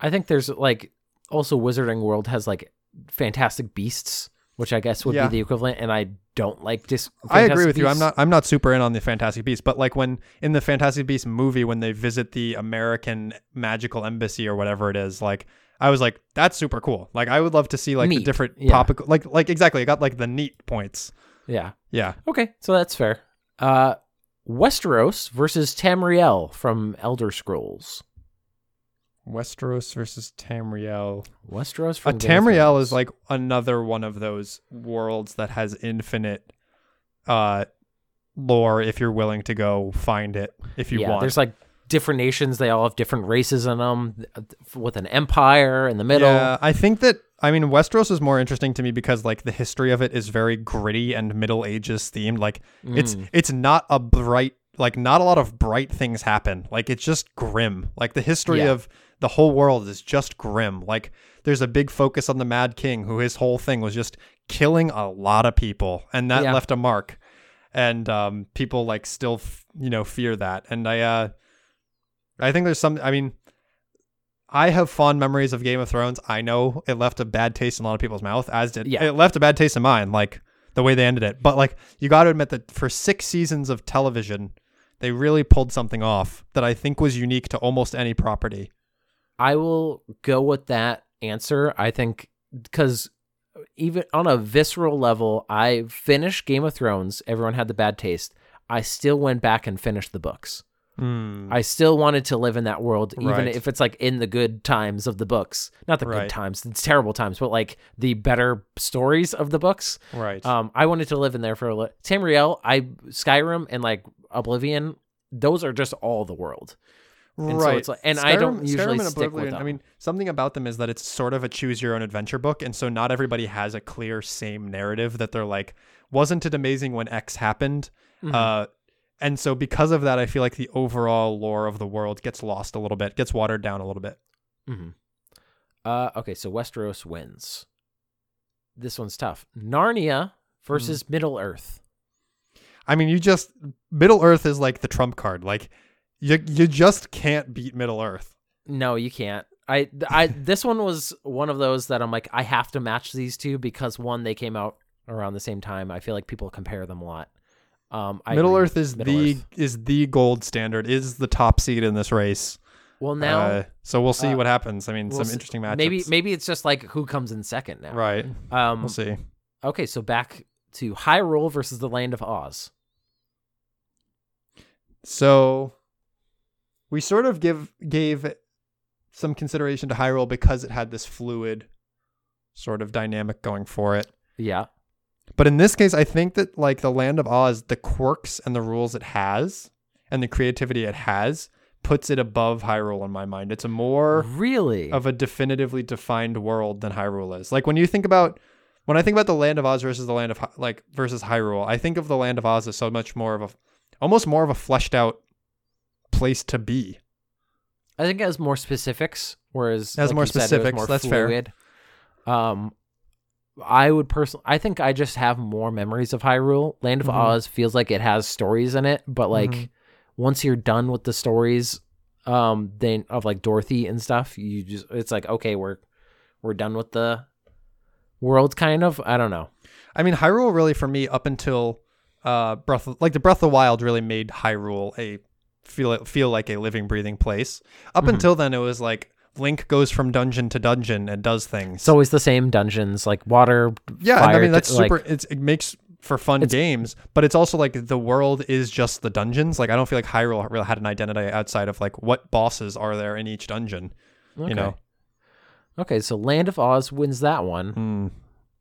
Speaker 3: I think there's like also Wizarding World has like Fantastic Beasts, which I guess would
Speaker 2: Yeah.
Speaker 3: be the equivalent, and I don't like dis.
Speaker 2: I agree
Speaker 3: Fantastic
Speaker 2: with you. I'm
Speaker 3: Beasts.
Speaker 2: not. I'm not super in on the Fantastic Beasts, but like when in the Fantastic Beasts movie, when they visit the American magical embassy or whatever it is, like I was like, that's super cool. Like I would love to see like a
Speaker 3: Neat.
Speaker 2: different
Speaker 3: Yeah.
Speaker 2: topic. Like like exactly. I got like the neat points.
Speaker 3: Yeah.
Speaker 2: Yeah.
Speaker 3: Okay, so that's fair. Uh, Westeros versus Tamriel from Elder Scrolls.
Speaker 2: Westeros versus Tamriel.
Speaker 3: Westeros
Speaker 2: A
Speaker 3: from Game of
Speaker 2: Tamriel
Speaker 3: Thrones.
Speaker 2: is like another one of those worlds that has infinite, uh, lore. If you're willing to go find it, if you
Speaker 3: yeah.
Speaker 2: want.
Speaker 3: There's like different nations. They all have different races in them, with an empire in the middle.
Speaker 2: Yeah, I think that I mean Westeros is more interesting to me because like the history of it is very gritty and Middle Ages themed. Like it's
Speaker 3: Mm.
Speaker 2: it's not a bright like not a lot of bright things happen. Like it's just grim. Like the history
Speaker 3: Yeah.
Speaker 2: of the whole world is just grim. Like there's a big focus on the Mad King, who his whole thing was just killing a lot of people, and that
Speaker 3: Yeah.
Speaker 2: left a mark. And um, people like still, f- you know, fear that. And I, uh, I think there's some. I mean, I have fond memories of Game of Thrones. I know it left a bad taste in a lot of people's mouth, as did
Speaker 3: Yeah.
Speaker 2: it left a bad taste in mine, like the way they ended it. But like you got to admit that for six seasons of television, they really pulled something off that I think was unique to almost any property.
Speaker 3: I will go with that answer. I think because even on a visceral level, I finished Game of Thrones. Everyone had the bad taste. I still went back and finished the books. I still wanted to live in that world, even
Speaker 2: Mm. Right.
Speaker 3: if it's like in the good times of the books. Not the
Speaker 2: Right.
Speaker 3: good times, it's terrible times, but like the better stories of the books.
Speaker 2: Right.
Speaker 3: Um, I wanted to live in there for a little. Tamriel, I Skyrim, and like Oblivion. Those are just all the world. and so it's like- and I don't usually
Speaker 2: and
Speaker 3: stick with them.
Speaker 2: I mean, something about them is that it's sort of a choose your own adventure book, and so not everybody has a clear same narrative that they're like, wasn't it amazing when X happened?
Speaker 3: Mm-hmm.
Speaker 2: Uh, and so because of that, I feel like the overall lore of the world gets lost a little bit, gets watered down a little bit.
Speaker 3: hmm Uh, okay, so Westeros wins. This one's tough. Narnia
Speaker 2: Mm.
Speaker 3: versus Middle Earth.
Speaker 2: I mean, you just Middle Earth is like the trump card. Like, you you just can't beat Middle Earth.
Speaker 3: No, you can't. I, th- I this one was one of those that I'm like I have to match these two because one they came out around the same time. I feel like people compare them a lot. Um, I
Speaker 2: Middle
Speaker 3: agree.
Speaker 2: Earth is
Speaker 3: Middle
Speaker 2: the
Speaker 3: Earth.
Speaker 2: is the gold standard. Is the top seed in this race.
Speaker 3: well now
Speaker 2: Uh, so we'll see
Speaker 3: uh,
Speaker 2: what happens. I mean,
Speaker 3: we'll
Speaker 2: some
Speaker 3: s-
Speaker 2: interesting matchups.
Speaker 3: maybe maybe it's just like who comes in second now.
Speaker 2: right.
Speaker 3: Um,
Speaker 2: We'll see.
Speaker 3: okay, so back to Hyrule versus the Land of Oz.
Speaker 2: So we sort of give gave some consideration to Hyrule because it had this fluid sort of dynamic going for it.
Speaker 3: Yeah.
Speaker 2: But in this case, I think that like the Land of Oz, the quirks and the rules it has, and the creativity it has, puts it above Hyrule in my mind. It's a
Speaker 3: Mm-hmm.
Speaker 2: more
Speaker 3: Really?
Speaker 2: of a definitively defined world than Hyrule is. Like when you think about when I think about the Land of Oz versus the Land of Hy- like versus Hyrule, I think of the Land of Oz as so much more of a almost more of a fleshed out place to be.
Speaker 3: I think it has more specifics, whereas
Speaker 2: Has
Speaker 3: like
Speaker 2: more
Speaker 3: you said, it was
Speaker 2: specifics,
Speaker 3: more
Speaker 2: that's fair.
Speaker 3: fluid. Um, I would personally, I think I just have more memories of Hyrule. Land of
Speaker 2: Mhm. Mm-hmm.
Speaker 3: Oz feels like it has stories in it, but like once you're done with the stories, um than of like Dorothy and stuff. You just it's like okay, we're we're done with the world kind of. I don't know.
Speaker 2: I mean, Hyrule really for me up until uh, Breath of, like the Breath of the Wild really made Hyrule a feel feel like a living breathing place. Up
Speaker 3: Mhm.
Speaker 2: until then, it was like Link goes from dungeon to dungeon and does things.
Speaker 3: It's always the same dungeons, like water.
Speaker 2: yeah, and I
Speaker 3: fire
Speaker 2: mean
Speaker 3: to-
Speaker 2: that's
Speaker 3: like-
Speaker 2: super. It's, it makes for fun
Speaker 3: It's-
Speaker 2: games, but it's also like the world is just the dungeons. Like I don't feel like Hyrule really had an identity outside of like what bosses are there in each dungeon.
Speaker 3: Okay.
Speaker 2: You know,
Speaker 3: Okay, so Land of Oz wins that one.
Speaker 2: Hmm.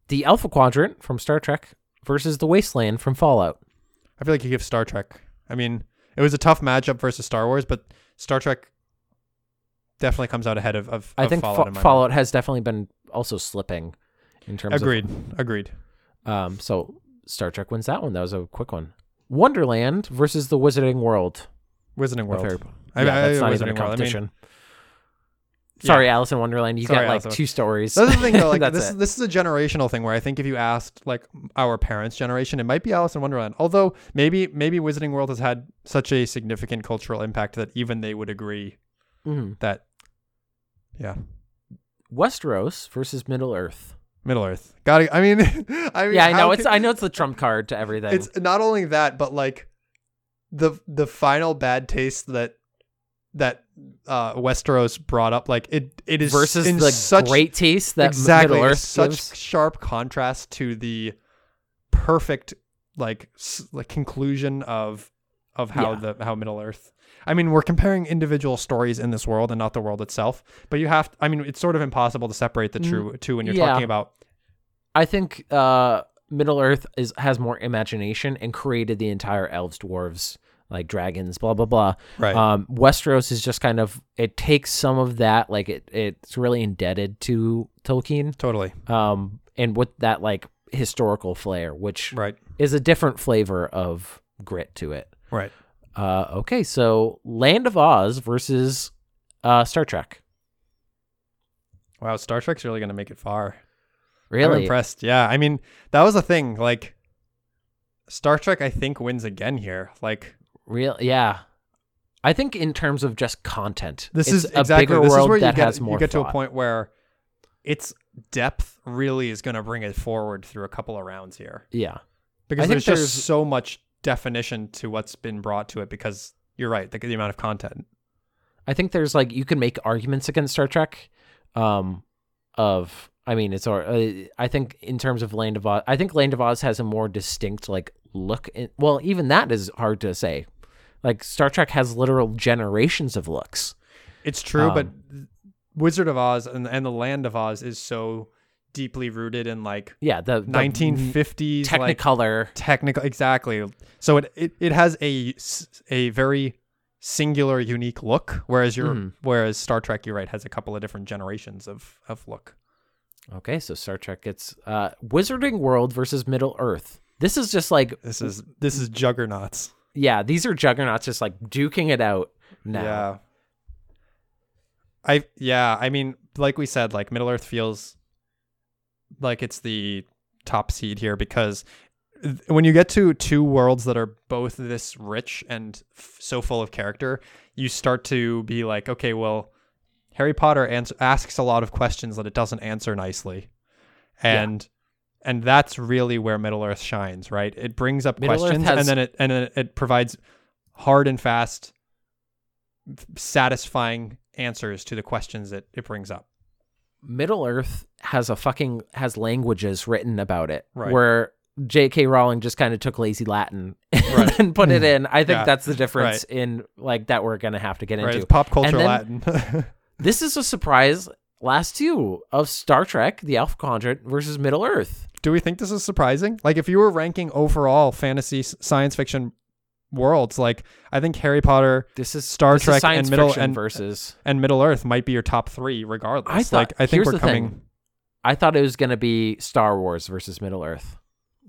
Speaker 3: The Alpha Quadrant from Star Trek versus the Wasteland from Fallout.
Speaker 2: I feel like you give Star Trek. I mean, it was a tough matchup versus Star Wars, but Star Trek definitely comes out ahead of. of
Speaker 3: I
Speaker 2: of
Speaker 3: think
Speaker 2: Fallout.
Speaker 3: Fallout,
Speaker 2: in my mind.
Speaker 3: Fallout has definitely been also slipping in terms of
Speaker 2: Agreed. Agreed.
Speaker 3: Um, so Star Trek wins that one. That was a quick one. Wonderland versus the Wizarding World.
Speaker 2: Wizarding
Speaker 3: My
Speaker 2: World.
Speaker 3: favorite-
Speaker 2: I-
Speaker 3: yeah,
Speaker 2: I-
Speaker 3: that's
Speaker 2: I-
Speaker 3: not even a
Speaker 2: Wizarding World, I mean-
Speaker 3: competition. Sorry, Alice in Wonderland. You
Speaker 2: Sorry,
Speaker 3: got like
Speaker 2: Alice in
Speaker 3: two stories.
Speaker 2: That's the thing, though. Like
Speaker 3: That's
Speaker 2: this,
Speaker 3: it.
Speaker 2: this is a generational thing where I think if you asked like our parents' generation, it might be Alice in Wonderland. Although maybe maybe Wizarding World has had such a significant cultural impact that even they would agree
Speaker 3: Mhm.
Speaker 2: that. Yeah,
Speaker 3: Westeros versus Middle Earth.
Speaker 2: Middle Earth. Got it. I mean, I mean,
Speaker 3: Yeah, I
Speaker 2: how
Speaker 3: know it's
Speaker 2: can-
Speaker 3: I know it's the trump card to everything.
Speaker 2: It's not only that, but like the the final bad taste that that uh Westeros brought up, like it it is
Speaker 3: versus
Speaker 2: in
Speaker 3: the
Speaker 2: such
Speaker 3: great taste that M-
Speaker 2: exactly
Speaker 3: Middle
Speaker 2: it's
Speaker 3: Earth
Speaker 2: such
Speaker 3: gives.
Speaker 2: sharp contrast to the perfect like s- like conclusion of of how the how Middle Earth. I mean, we're comparing individual stories in this world and not the world itself, but you have. I mean, it's sort of impossible to separate the
Speaker 3: Mm,
Speaker 2: true two when you're
Speaker 3: yeah.
Speaker 2: talking about.
Speaker 3: I think uh, Middle Earth is has more imagination and created the entire elves, dwarves, like dragons, blah blah blah.
Speaker 2: Right.
Speaker 3: Um, Westeros is just kind of it takes some of that, like it it's really indebted to Tolkien,
Speaker 2: Totally
Speaker 3: um, and with that like historical flair, which
Speaker 2: right,
Speaker 3: is a different flavor of grit to it.
Speaker 2: right.
Speaker 3: Uh, okay, so Land of Oz versus uh, Star Trek.
Speaker 2: Wow, Star Trek's really gonna make it far. I'm
Speaker 3: Really?
Speaker 2: impressed. Yeah, I mean that was a thing. Like Star Trek, I think wins again here. Like
Speaker 3: Real, yeah. I think in terms of just content,
Speaker 2: this is
Speaker 3: it's
Speaker 2: exactly
Speaker 3: a bigger
Speaker 2: this
Speaker 3: world
Speaker 2: is where you
Speaker 3: that
Speaker 2: get
Speaker 3: has more
Speaker 2: you get to a
Speaker 3: thought.
Speaker 2: point where its depth really is going to bring it forward through a couple of rounds here
Speaker 3: Yeah,
Speaker 2: because
Speaker 3: think
Speaker 2: there's just
Speaker 3: there's-
Speaker 2: so much definition to what's been brought to it. Because you're right, the, the amount of content.
Speaker 3: I think there's like you can make arguments against Star Trek. Um, of I mean, it's or uh, I think in terms of Land of Oz, I think Land of Oz has a more distinct like look. In, well, even that is hard to say. Like Star Trek has literal generations of looks.
Speaker 2: It's true, but
Speaker 3: Um,
Speaker 2: Wizard of Oz and and the Land of Oz is so deeply rooted in like
Speaker 3: Yeah, the, the
Speaker 2: 1950s like
Speaker 3: Technicolor.
Speaker 2: technical exactly so it, it it has a s- a very singular unique look whereas your
Speaker 3: Mhm.
Speaker 2: whereas star trek you're right has a couple of different generations of of look
Speaker 3: okay, so Star Trek gets uh, Wizarding World versus Middle Earth. This is just like
Speaker 2: this is this is juggernauts
Speaker 3: yeah, these are juggernauts just like duking it out now.
Speaker 2: yeah i yeah i mean like we said like middle earth feels like it's the top seed here because th- when you get to two worlds that are both this rich and f- so full of character you start to be like okay well harry potter ans- asks a lot of questions that it doesn't answer nicely
Speaker 3: Yeah.
Speaker 2: and and that's really where middle earth shines right it brings up
Speaker 3: Middle Earth
Speaker 2: questions
Speaker 3: has-
Speaker 2: and then it and then it provides hard and fast satisfying answers to the questions it, it brings up
Speaker 3: Middle Earth has a fucking has languages written about it.
Speaker 2: Right.
Speaker 3: Where J.K. Rowling just kind of took lazy Latin
Speaker 2: Right. Mm.
Speaker 3: and put it in. I think
Speaker 2: Yeah.
Speaker 3: that's the difference in like that we're gonna have to get
Speaker 2: right
Speaker 3: into.
Speaker 2: it's pop culture
Speaker 3: then-
Speaker 2: latin
Speaker 3: This is a surprise last two of Star Trek, the Alpha Quadrant versus Middle Earth.
Speaker 2: Do we think this is surprising? Like, if you were ranking overall fantasy s- science fiction worlds, like I think Harry Potter
Speaker 3: This is
Speaker 2: Star
Speaker 3: this is
Speaker 2: Trek and
Speaker 3: science
Speaker 2: Middle-
Speaker 3: fiction
Speaker 2: and-
Speaker 3: versus
Speaker 2: and Middle Earth might be your top three, regardless.
Speaker 3: I thought-
Speaker 2: like, I think
Speaker 3: here's
Speaker 2: we're
Speaker 3: the
Speaker 2: coming.
Speaker 3: thing. I thought it was gonna be Star Wars versus Middle Earth.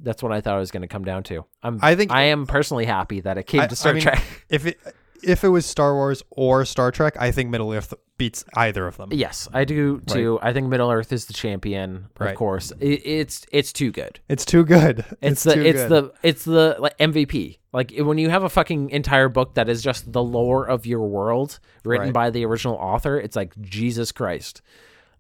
Speaker 3: That's what I thought it was gonna come down to. I'm
Speaker 2: I think-
Speaker 3: I am personally happy that it came
Speaker 2: I-
Speaker 3: to
Speaker 2: I
Speaker 3: Star
Speaker 2: mean-
Speaker 3: Trek.
Speaker 2: If it if it was Star Wars or Star Trek, I think Middle Earth beats either of them.
Speaker 3: Yes, I do too. I think Middle Earth is the champion, of
Speaker 2: Right.
Speaker 3: course. I it's it's too good.
Speaker 2: It's too good.
Speaker 3: It's, the
Speaker 2: too
Speaker 3: it's
Speaker 2: good.
Speaker 3: the it's the like MVP. Like when you have a fucking entire book that is just the lore of your world written
Speaker 2: Right.
Speaker 3: by the original author, it's like Jesus Christ.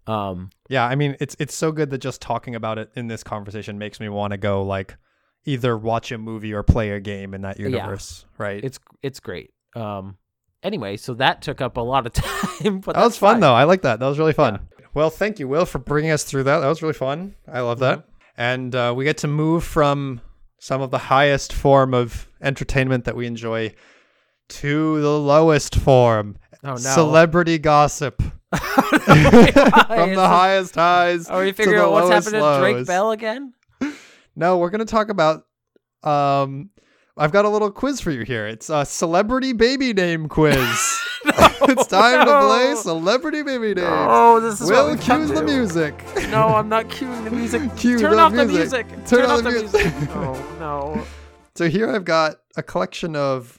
Speaker 3: Um,
Speaker 2: Yeah, I mean it's it's so good that just talking about it in this conversation makes me want to go like either watch a movie or play a game in that universe, right?
Speaker 3: it's it's great. Um, anyway, so that took up a lot of time, but
Speaker 2: that was
Speaker 3: that's
Speaker 2: fun
Speaker 3: fine.
Speaker 2: though. I like that. That was really fun. Well, thank you, Will, for bringing us through that. That was really fun. I love
Speaker 3: Mm-hmm.
Speaker 2: that. And uh, we get to move from some of the highest form of entertainment that we enjoy to the lowest form,
Speaker 3: Oh no! Oh,
Speaker 2: celebrity gossip. From the highest highs.
Speaker 3: Are we
Speaker 2: to
Speaker 3: figuring
Speaker 2: the
Speaker 3: out what's
Speaker 2: lowest
Speaker 3: happened to Drake
Speaker 2: lows.
Speaker 3: Bell again?
Speaker 2: No, we're gonna talk about. Um, I've got a little quiz for you here. It's a celebrity baby name quiz. it's time to play
Speaker 3: no.
Speaker 2: celebrity baby names.
Speaker 3: Oh, this is
Speaker 2: Will
Speaker 3: what we
Speaker 2: cue
Speaker 3: come
Speaker 2: the
Speaker 3: to.
Speaker 2: music.
Speaker 3: No, I'm not cueing the music.
Speaker 2: Cue
Speaker 3: Turn
Speaker 2: the
Speaker 3: off
Speaker 2: music.
Speaker 3: the music.
Speaker 2: Turn
Speaker 3: Turn,
Speaker 2: off
Speaker 3: off
Speaker 2: the
Speaker 3: the music.
Speaker 2: music.
Speaker 3: oh no.
Speaker 2: so here I've got a collection of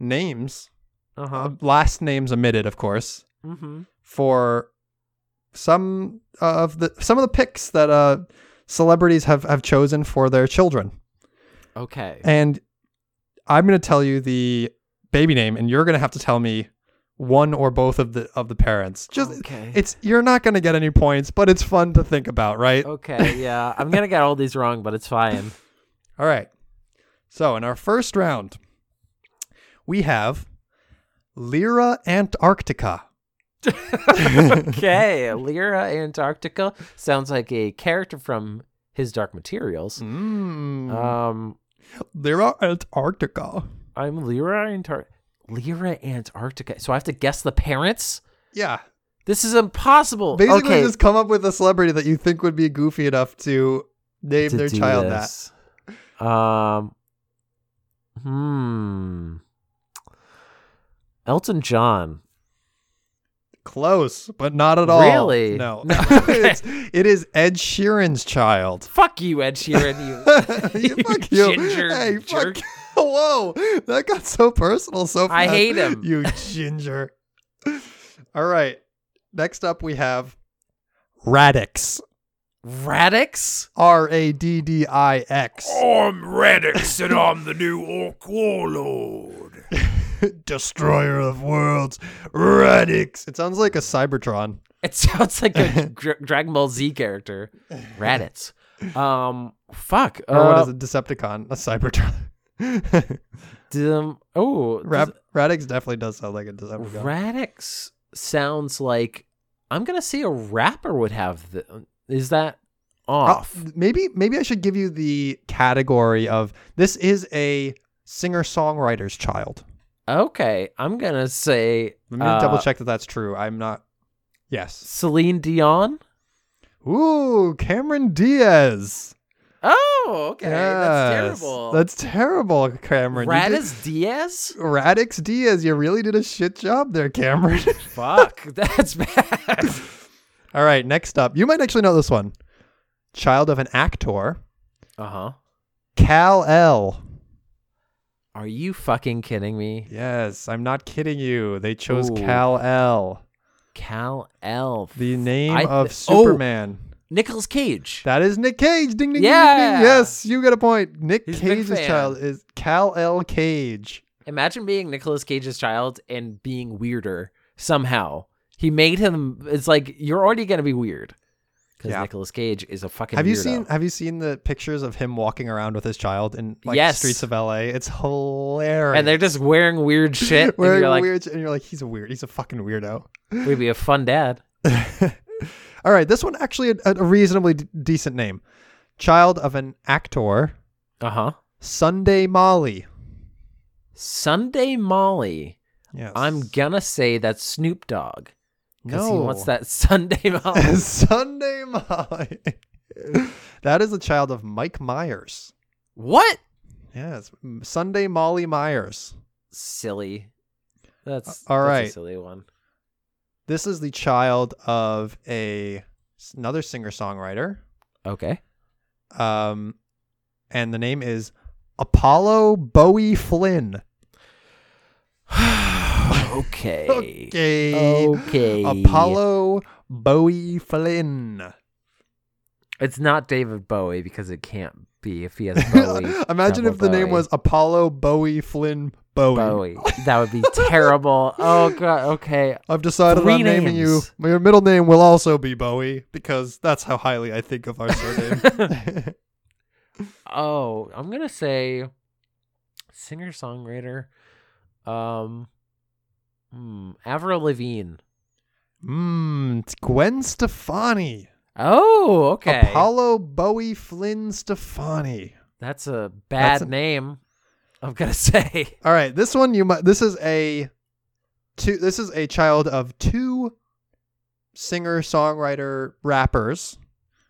Speaker 2: names,
Speaker 3: Uh
Speaker 2: uh,
Speaker 3: huh.
Speaker 2: last names omitted, of course,
Speaker 3: Mm-hmm.
Speaker 2: for some of the some of the picks that uh celebrities have have chosen for their children.
Speaker 3: Okay.
Speaker 2: And I'm going to tell you the baby name, and you're going to have to tell me one or both of the of the parents. Just
Speaker 3: Okay.
Speaker 2: it's you're not going to get any points, but it's fun to think about, right?
Speaker 3: Okay. Yeah, I'm gonna get all these wrong, but it's fine.
Speaker 2: All right. So in our first round, we have Lyra Antarctica.
Speaker 3: Okay. Lyra Antarctica sounds like a character from His Dark Materials.
Speaker 2: Mm.
Speaker 3: Um,
Speaker 2: Lyra Antarctica.
Speaker 3: I'm Lyra Antarctica. Lyra Antarctica. So I have to guess the parents.
Speaker 2: Yeah.
Speaker 3: This is impossible.
Speaker 2: Basically,
Speaker 3: okay.
Speaker 2: just come up with a celebrity that you think would be goofy enough to name
Speaker 3: to
Speaker 2: their
Speaker 3: do
Speaker 2: child that.
Speaker 3: this. Um, hmm. Elton John.
Speaker 2: Close, but not at all.
Speaker 3: Really?
Speaker 2: No.
Speaker 3: No,
Speaker 2: it's, it is Ed Sheeran's child.
Speaker 3: Fuck you, Ed Sheeran. You.
Speaker 2: You- fuck you.
Speaker 3: ginger
Speaker 2: hey,
Speaker 3: jerk.
Speaker 2: fuck. Whoa, that got so personal so fast.
Speaker 3: I hate him.
Speaker 2: You ginger. all right. Next up, we have Radix.
Speaker 3: Radix.
Speaker 2: R A D D I X.
Speaker 1: I'm Radix, and I'm the new Orc Warlord.
Speaker 2: Destroyer of worlds. Radix. It sounds like a Cybertron.
Speaker 3: It sounds like a Dra- Dragon Ball Z character. Raditz. Um, fuck.
Speaker 2: Or what
Speaker 3: uh,
Speaker 2: is it? Decepticon. A Cybertron.
Speaker 3: dum- oh,
Speaker 2: Rad- Radix definitely does sound like a Decepticon.
Speaker 3: Radix sounds like I'm gonna say a rapper would have. The, is that
Speaker 2: I'll-
Speaker 3: off?
Speaker 2: maybe maybe I should give you the category of this is a singer songwriter's child.
Speaker 3: okay, I'm gonna say
Speaker 2: Let me double
Speaker 3: uh,
Speaker 2: check that that's true. I'm not. Yes.
Speaker 3: Celine Dion.
Speaker 2: Ooh, Cameron Diaz.
Speaker 3: Oh, okay,
Speaker 2: Yes.
Speaker 3: that's terrible.
Speaker 2: That's terrible, Cameron. You did-
Speaker 3: Raditz Diaz.
Speaker 2: Radix Diaz. You really did a shit job there, Cameron.
Speaker 3: Fuck, that's bad.
Speaker 2: All right, next up, you might actually know this one. Child of an actor,
Speaker 3: Uh huh.
Speaker 2: Cal L.
Speaker 3: Are you fucking kidding me?
Speaker 2: Yes, I'm not kidding you. They chose
Speaker 3: Ooh.
Speaker 2: Cal L.
Speaker 3: Cal L.
Speaker 2: The name
Speaker 3: I
Speaker 2: of
Speaker 3: th- oh.
Speaker 2: Superman.
Speaker 3: Nicolas Cage.
Speaker 2: That is Nick Cage. Ding ding ding, ding
Speaker 3: Yeah.
Speaker 2: ding. Yes, you get a point. Nick
Speaker 3: He's a big
Speaker 2: Cage's
Speaker 3: fan.
Speaker 2: child is Cal L Cage.
Speaker 3: Imagine being Nicolas Cage's child and being weirder somehow. He made him. It's like you're already gonna be weird because
Speaker 2: Yeah.
Speaker 3: Nicolas Cage is a fucking.
Speaker 2: Have you
Speaker 3: weirdo.
Speaker 2: seen have you seen the pictures of him walking around with his child in like
Speaker 3: Yes.
Speaker 2: streets of LA? It's hilarious.
Speaker 3: And they're just wearing weird shit. and
Speaker 2: wearing
Speaker 3: you're like,
Speaker 2: weird and you're like, he's a weird, he's a fucking weirdo.
Speaker 3: we'd be a fun dad.
Speaker 2: All right, this one actually a, a reasonably d- decent name. Child of an actor,
Speaker 3: Uh huh.
Speaker 2: Sunday Molly.
Speaker 3: Sunday Molly.
Speaker 2: Yes.
Speaker 3: I'm gonna say that's Snoop Dogg because
Speaker 2: No.
Speaker 3: he wants that Sunday Molly.
Speaker 2: Sunday Molly. that is the child of Mike Myers.
Speaker 3: what?
Speaker 2: Yes, M- Sunday Molly Myers.
Speaker 3: Silly. That's
Speaker 2: Uh, all
Speaker 3: that's a
Speaker 2: right.
Speaker 3: silly one.
Speaker 2: This is the child of a s- another singer songwriter,
Speaker 3: Okay.
Speaker 2: um, and the name is Apollo Bowie Flynn.
Speaker 3: okay.
Speaker 2: Okay,
Speaker 3: Okay.
Speaker 2: Apollo Bowie Flynn.
Speaker 3: It's not David Bowie because it can't be if he has Bowie.
Speaker 2: Imagine
Speaker 3: double
Speaker 2: if the name
Speaker 3: Bowie.
Speaker 2: was Apollo Bowie Flynn Bowie.
Speaker 3: Bowie. That would be terrible. Oh god. Okay.
Speaker 2: I've decided
Speaker 3: Three
Speaker 2: on naming you.
Speaker 3: names.
Speaker 2: Your middle name will also be Bowie because that's how highly I think of our surname.
Speaker 3: Oh, I'm gonna say singer songwriter. Um, hmm, Avril Lavigne.
Speaker 2: Mmm, it's Gwen Stefani.
Speaker 3: Oh, okay.
Speaker 2: Apollo Bowie Flynn Stefani.
Speaker 3: That's a bad
Speaker 2: That's a-
Speaker 3: name. I'm gonna say.
Speaker 2: All right, this one you might. This is a two. This is a child of two singer songwriter rappers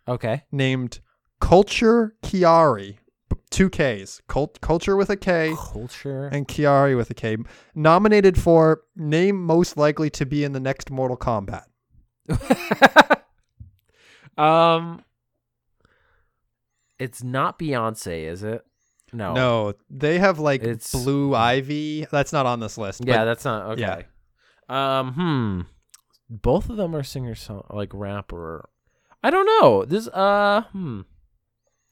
Speaker 3: Okay.
Speaker 2: named Culture Chiari. B- Two K's. Cult, culture with a K
Speaker 3: Culture.
Speaker 2: and Chiari with a K. Nominated for name most likely to be in the next Mortal Kombat.
Speaker 3: um, it's not Beyonce, is it? No.
Speaker 2: No, they have like
Speaker 3: It's-
Speaker 2: Blue Ivy. That's not on this list.
Speaker 3: Yeah,
Speaker 2: but
Speaker 3: that's not
Speaker 2: yeah.
Speaker 3: okay. Um, hmm. Both of them are singer song like rapper. I don't know. This uh hmm.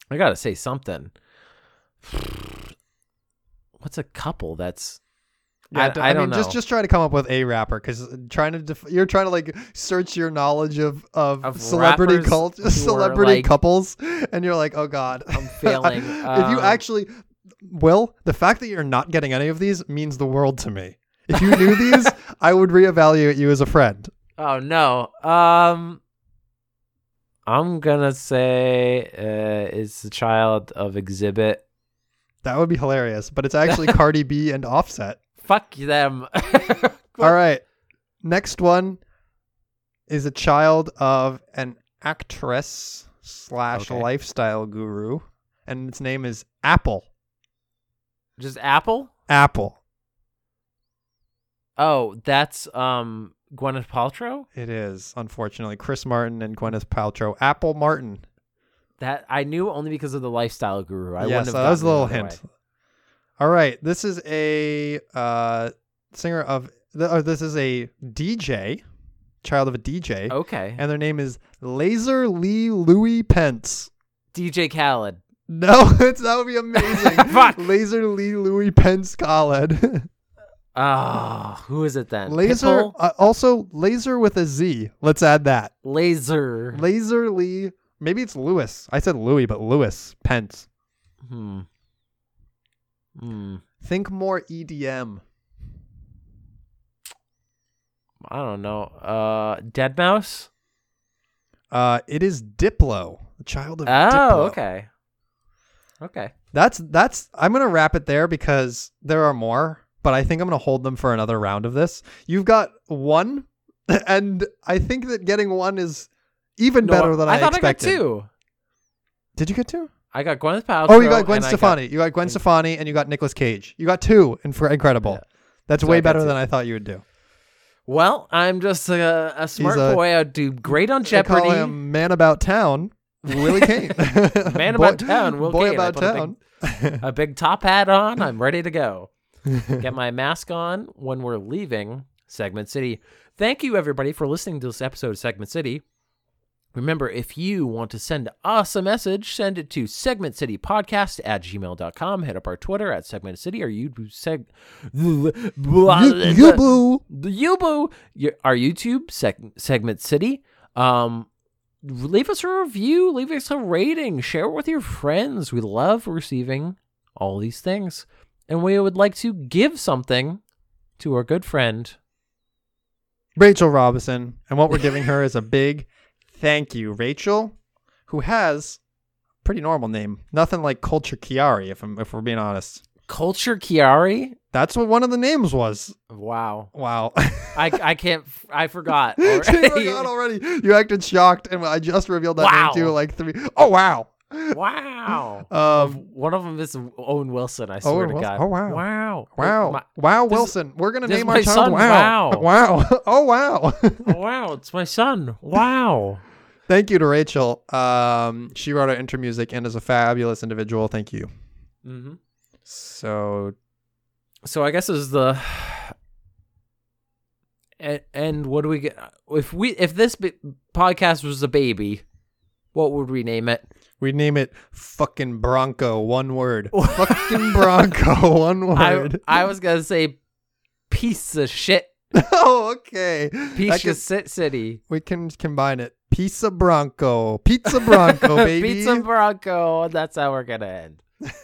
Speaker 3: I gotta say something. What's a couple that's
Speaker 2: Yeah,
Speaker 3: I-
Speaker 2: d-
Speaker 3: I don't
Speaker 2: mean, just
Speaker 3: know.
Speaker 2: just try to come up with a rapper because trying to def- you're trying to like search your knowledge of of,
Speaker 3: Of
Speaker 2: celebrity
Speaker 3: rappers
Speaker 2: cult
Speaker 3: who are,
Speaker 2: celebrity
Speaker 3: like-
Speaker 2: couples, and you're like, oh god,
Speaker 3: I'm failing.
Speaker 2: if you
Speaker 3: Um,
Speaker 2: actually, Will, the fact that you're not getting any of these means the world to me. If you knew these, I would reevaluate you as a friend.
Speaker 3: Oh no. Um I'm gonna say uh it's the child of exhibit.
Speaker 2: That would be hilarious. But it's actually Cardi B and Offset.
Speaker 3: Fuck them.
Speaker 2: All right, next one is a child of an actress slash
Speaker 3: Okay.
Speaker 2: lifestyle guru, and its name is Apple.
Speaker 3: Just Apple?
Speaker 2: Apple.
Speaker 3: Oh, that's um Gwyneth Paltrow?
Speaker 2: It is unfortunately Chris Martin and Gwyneth Paltrow. Apple Martin.
Speaker 3: That I knew only because of the lifestyle guru. I
Speaker 2: yeah,
Speaker 3: wouldn't
Speaker 2: so
Speaker 3: have
Speaker 2: that was a
Speaker 3: gotten it
Speaker 2: little
Speaker 3: otherwise.
Speaker 2: hint. All right, this is a uh, singer of. th- or this is a DJ, child of a DJ,
Speaker 3: Okay.
Speaker 2: and their name is Laser Lee Louis Pence.
Speaker 3: DJ Khaled.
Speaker 2: No, it's, that would be amazing.
Speaker 3: Fuck.
Speaker 2: Laser Lee Louis Pence Khaled.
Speaker 3: Oh, who is it then?
Speaker 2: Laser,
Speaker 3: Pitbull?
Speaker 2: uh, also Laser with a Z. Let's add that.
Speaker 3: Laser.
Speaker 2: Laser Lee. Maybe it's Lewis. I said Louis, but Lewis Pence.
Speaker 3: hmm. Hmm.
Speaker 2: Think more E EDM.
Speaker 3: I don't know. Uh, Dead Mouse.
Speaker 2: Uh, it is Diplo, the child
Speaker 3: Oh,
Speaker 2: of Diplo.
Speaker 3: okay. Okay.
Speaker 2: That's that's. I'm gonna wrap it there because there are more, but I think I'm gonna hold them for another round of this. You've got one, and I think that getting one is even
Speaker 3: No,
Speaker 2: better than I,
Speaker 3: thought
Speaker 2: expected.
Speaker 3: I got two.
Speaker 2: Did you get two?
Speaker 3: I got Gwyneth Paltrow.
Speaker 2: Oh, you got Gwen
Speaker 3: and I
Speaker 2: Stefani. you got Gwen
Speaker 3: and-
Speaker 2: Stefani, and you got Nicolas Cage. You got two. in- for Incredible.
Speaker 3: Yeah.
Speaker 2: That's
Speaker 3: So I
Speaker 2: way
Speaker 3: got
Speaker 2: better
Speaker 3: two.
Speaker 2: than I thought you would do.
Speaker 3: Well, I'm just a, a smart
Speaker 2: a-
Speaker 3: boy. I do great on
Speaker 2: They
Speaker 3: Jeopardy.
Speaker 2: Call him man about town. Willie Kane. man
Speaker 3: about town, Will
Speaker 2: boy
Speaker 3: Kane. I
Speaker 2: about
Speaker 3: put a big-
Speaker 2: town.
Speaker 3: a big top hat on. I'm ready to go. Get my mask on when we're leaving Segment City. Thank you, everybody, for listening to this episode of Segment City. Remember, if you want to send us a message, send it to segmentcitypodcast at gmail.com. Hit up our Twitter at Segment City or you seg.
Speaker 2: You- you boo.
Speaker 3: the Yubu, your, our YouTube seg- segment city. Um, leave us a review, leave us a rating, share it with your friends. We love receiving all these things, and we would like to give something to our good friend.
Speaker 2: Rachel Robinson, and what we're giving her is a big thank you, Rachel, who has a pretty normal name, nothing like Culture Chiari, if I'm, if we're being honest.
Speaker 3: Culture Chiari.
Speaker 2: That's what one of the names was.
Speaker 3: Wow,
Speaker 2: Wow,
Speaker 3: I I can't I forgot.
Speaker 2: she
Speaker 3: already.
Speaker 2: forgot already. You acted shocked, and I just revealed that
Speaker 3: Wow.
Speaker 2: name to you like three oh wow.
Speaker 3: Wow.
Speaker 2: Um,
Speaker 3: One of them is Owen Wilson. I swear
Speaker 2: Owen
Speaker 3: to
Speaker 2: Wilson.
Speaker 3: God.
Speaker 2: Oh, wow.
Speaker 3: Wow.
Speaker 2: wow,
Speaker 3: My-
Speaker 2: wow,
Speaker 3: this-
Speaker 2: Wilson. We're gonna
Speaker 3: this is
Speaker 2: name our
Speaker 3: my
Speaker 2: child
Speaker 3: son,
Speaker 2: Wow,
Speaker 3: wow.
Speaker 2: wow, oh wow.
Speaker 3: wow, it's my son. Wow.
Speaker 2: Thank you to Rachel. Um, she wrote our intro music and is a fabulous individual. Thank you.
Speaker 3: mm-hmm.
Speaker 2: So
Speaker 3: so I guess it was the and, and what do we get if we if this bi- podcast was a baby, what would we name it?
Speaker 2: We name it fucking Bronco, one word. fucking Bronco, one
Speaker 3: I,
Speaker 2: word.
Speaker 3: I was gonna say piece of shit,
Speaker 2: oh, okay. I
Speaker 3: piece
Speaker 2: can-
Speaker 3: of shit city,
Speaker 2: we can combine it. Pizza Bronco, Pizza Bronco, baby.
Speaker 3: pizza Bronco. That's how we're gonna end.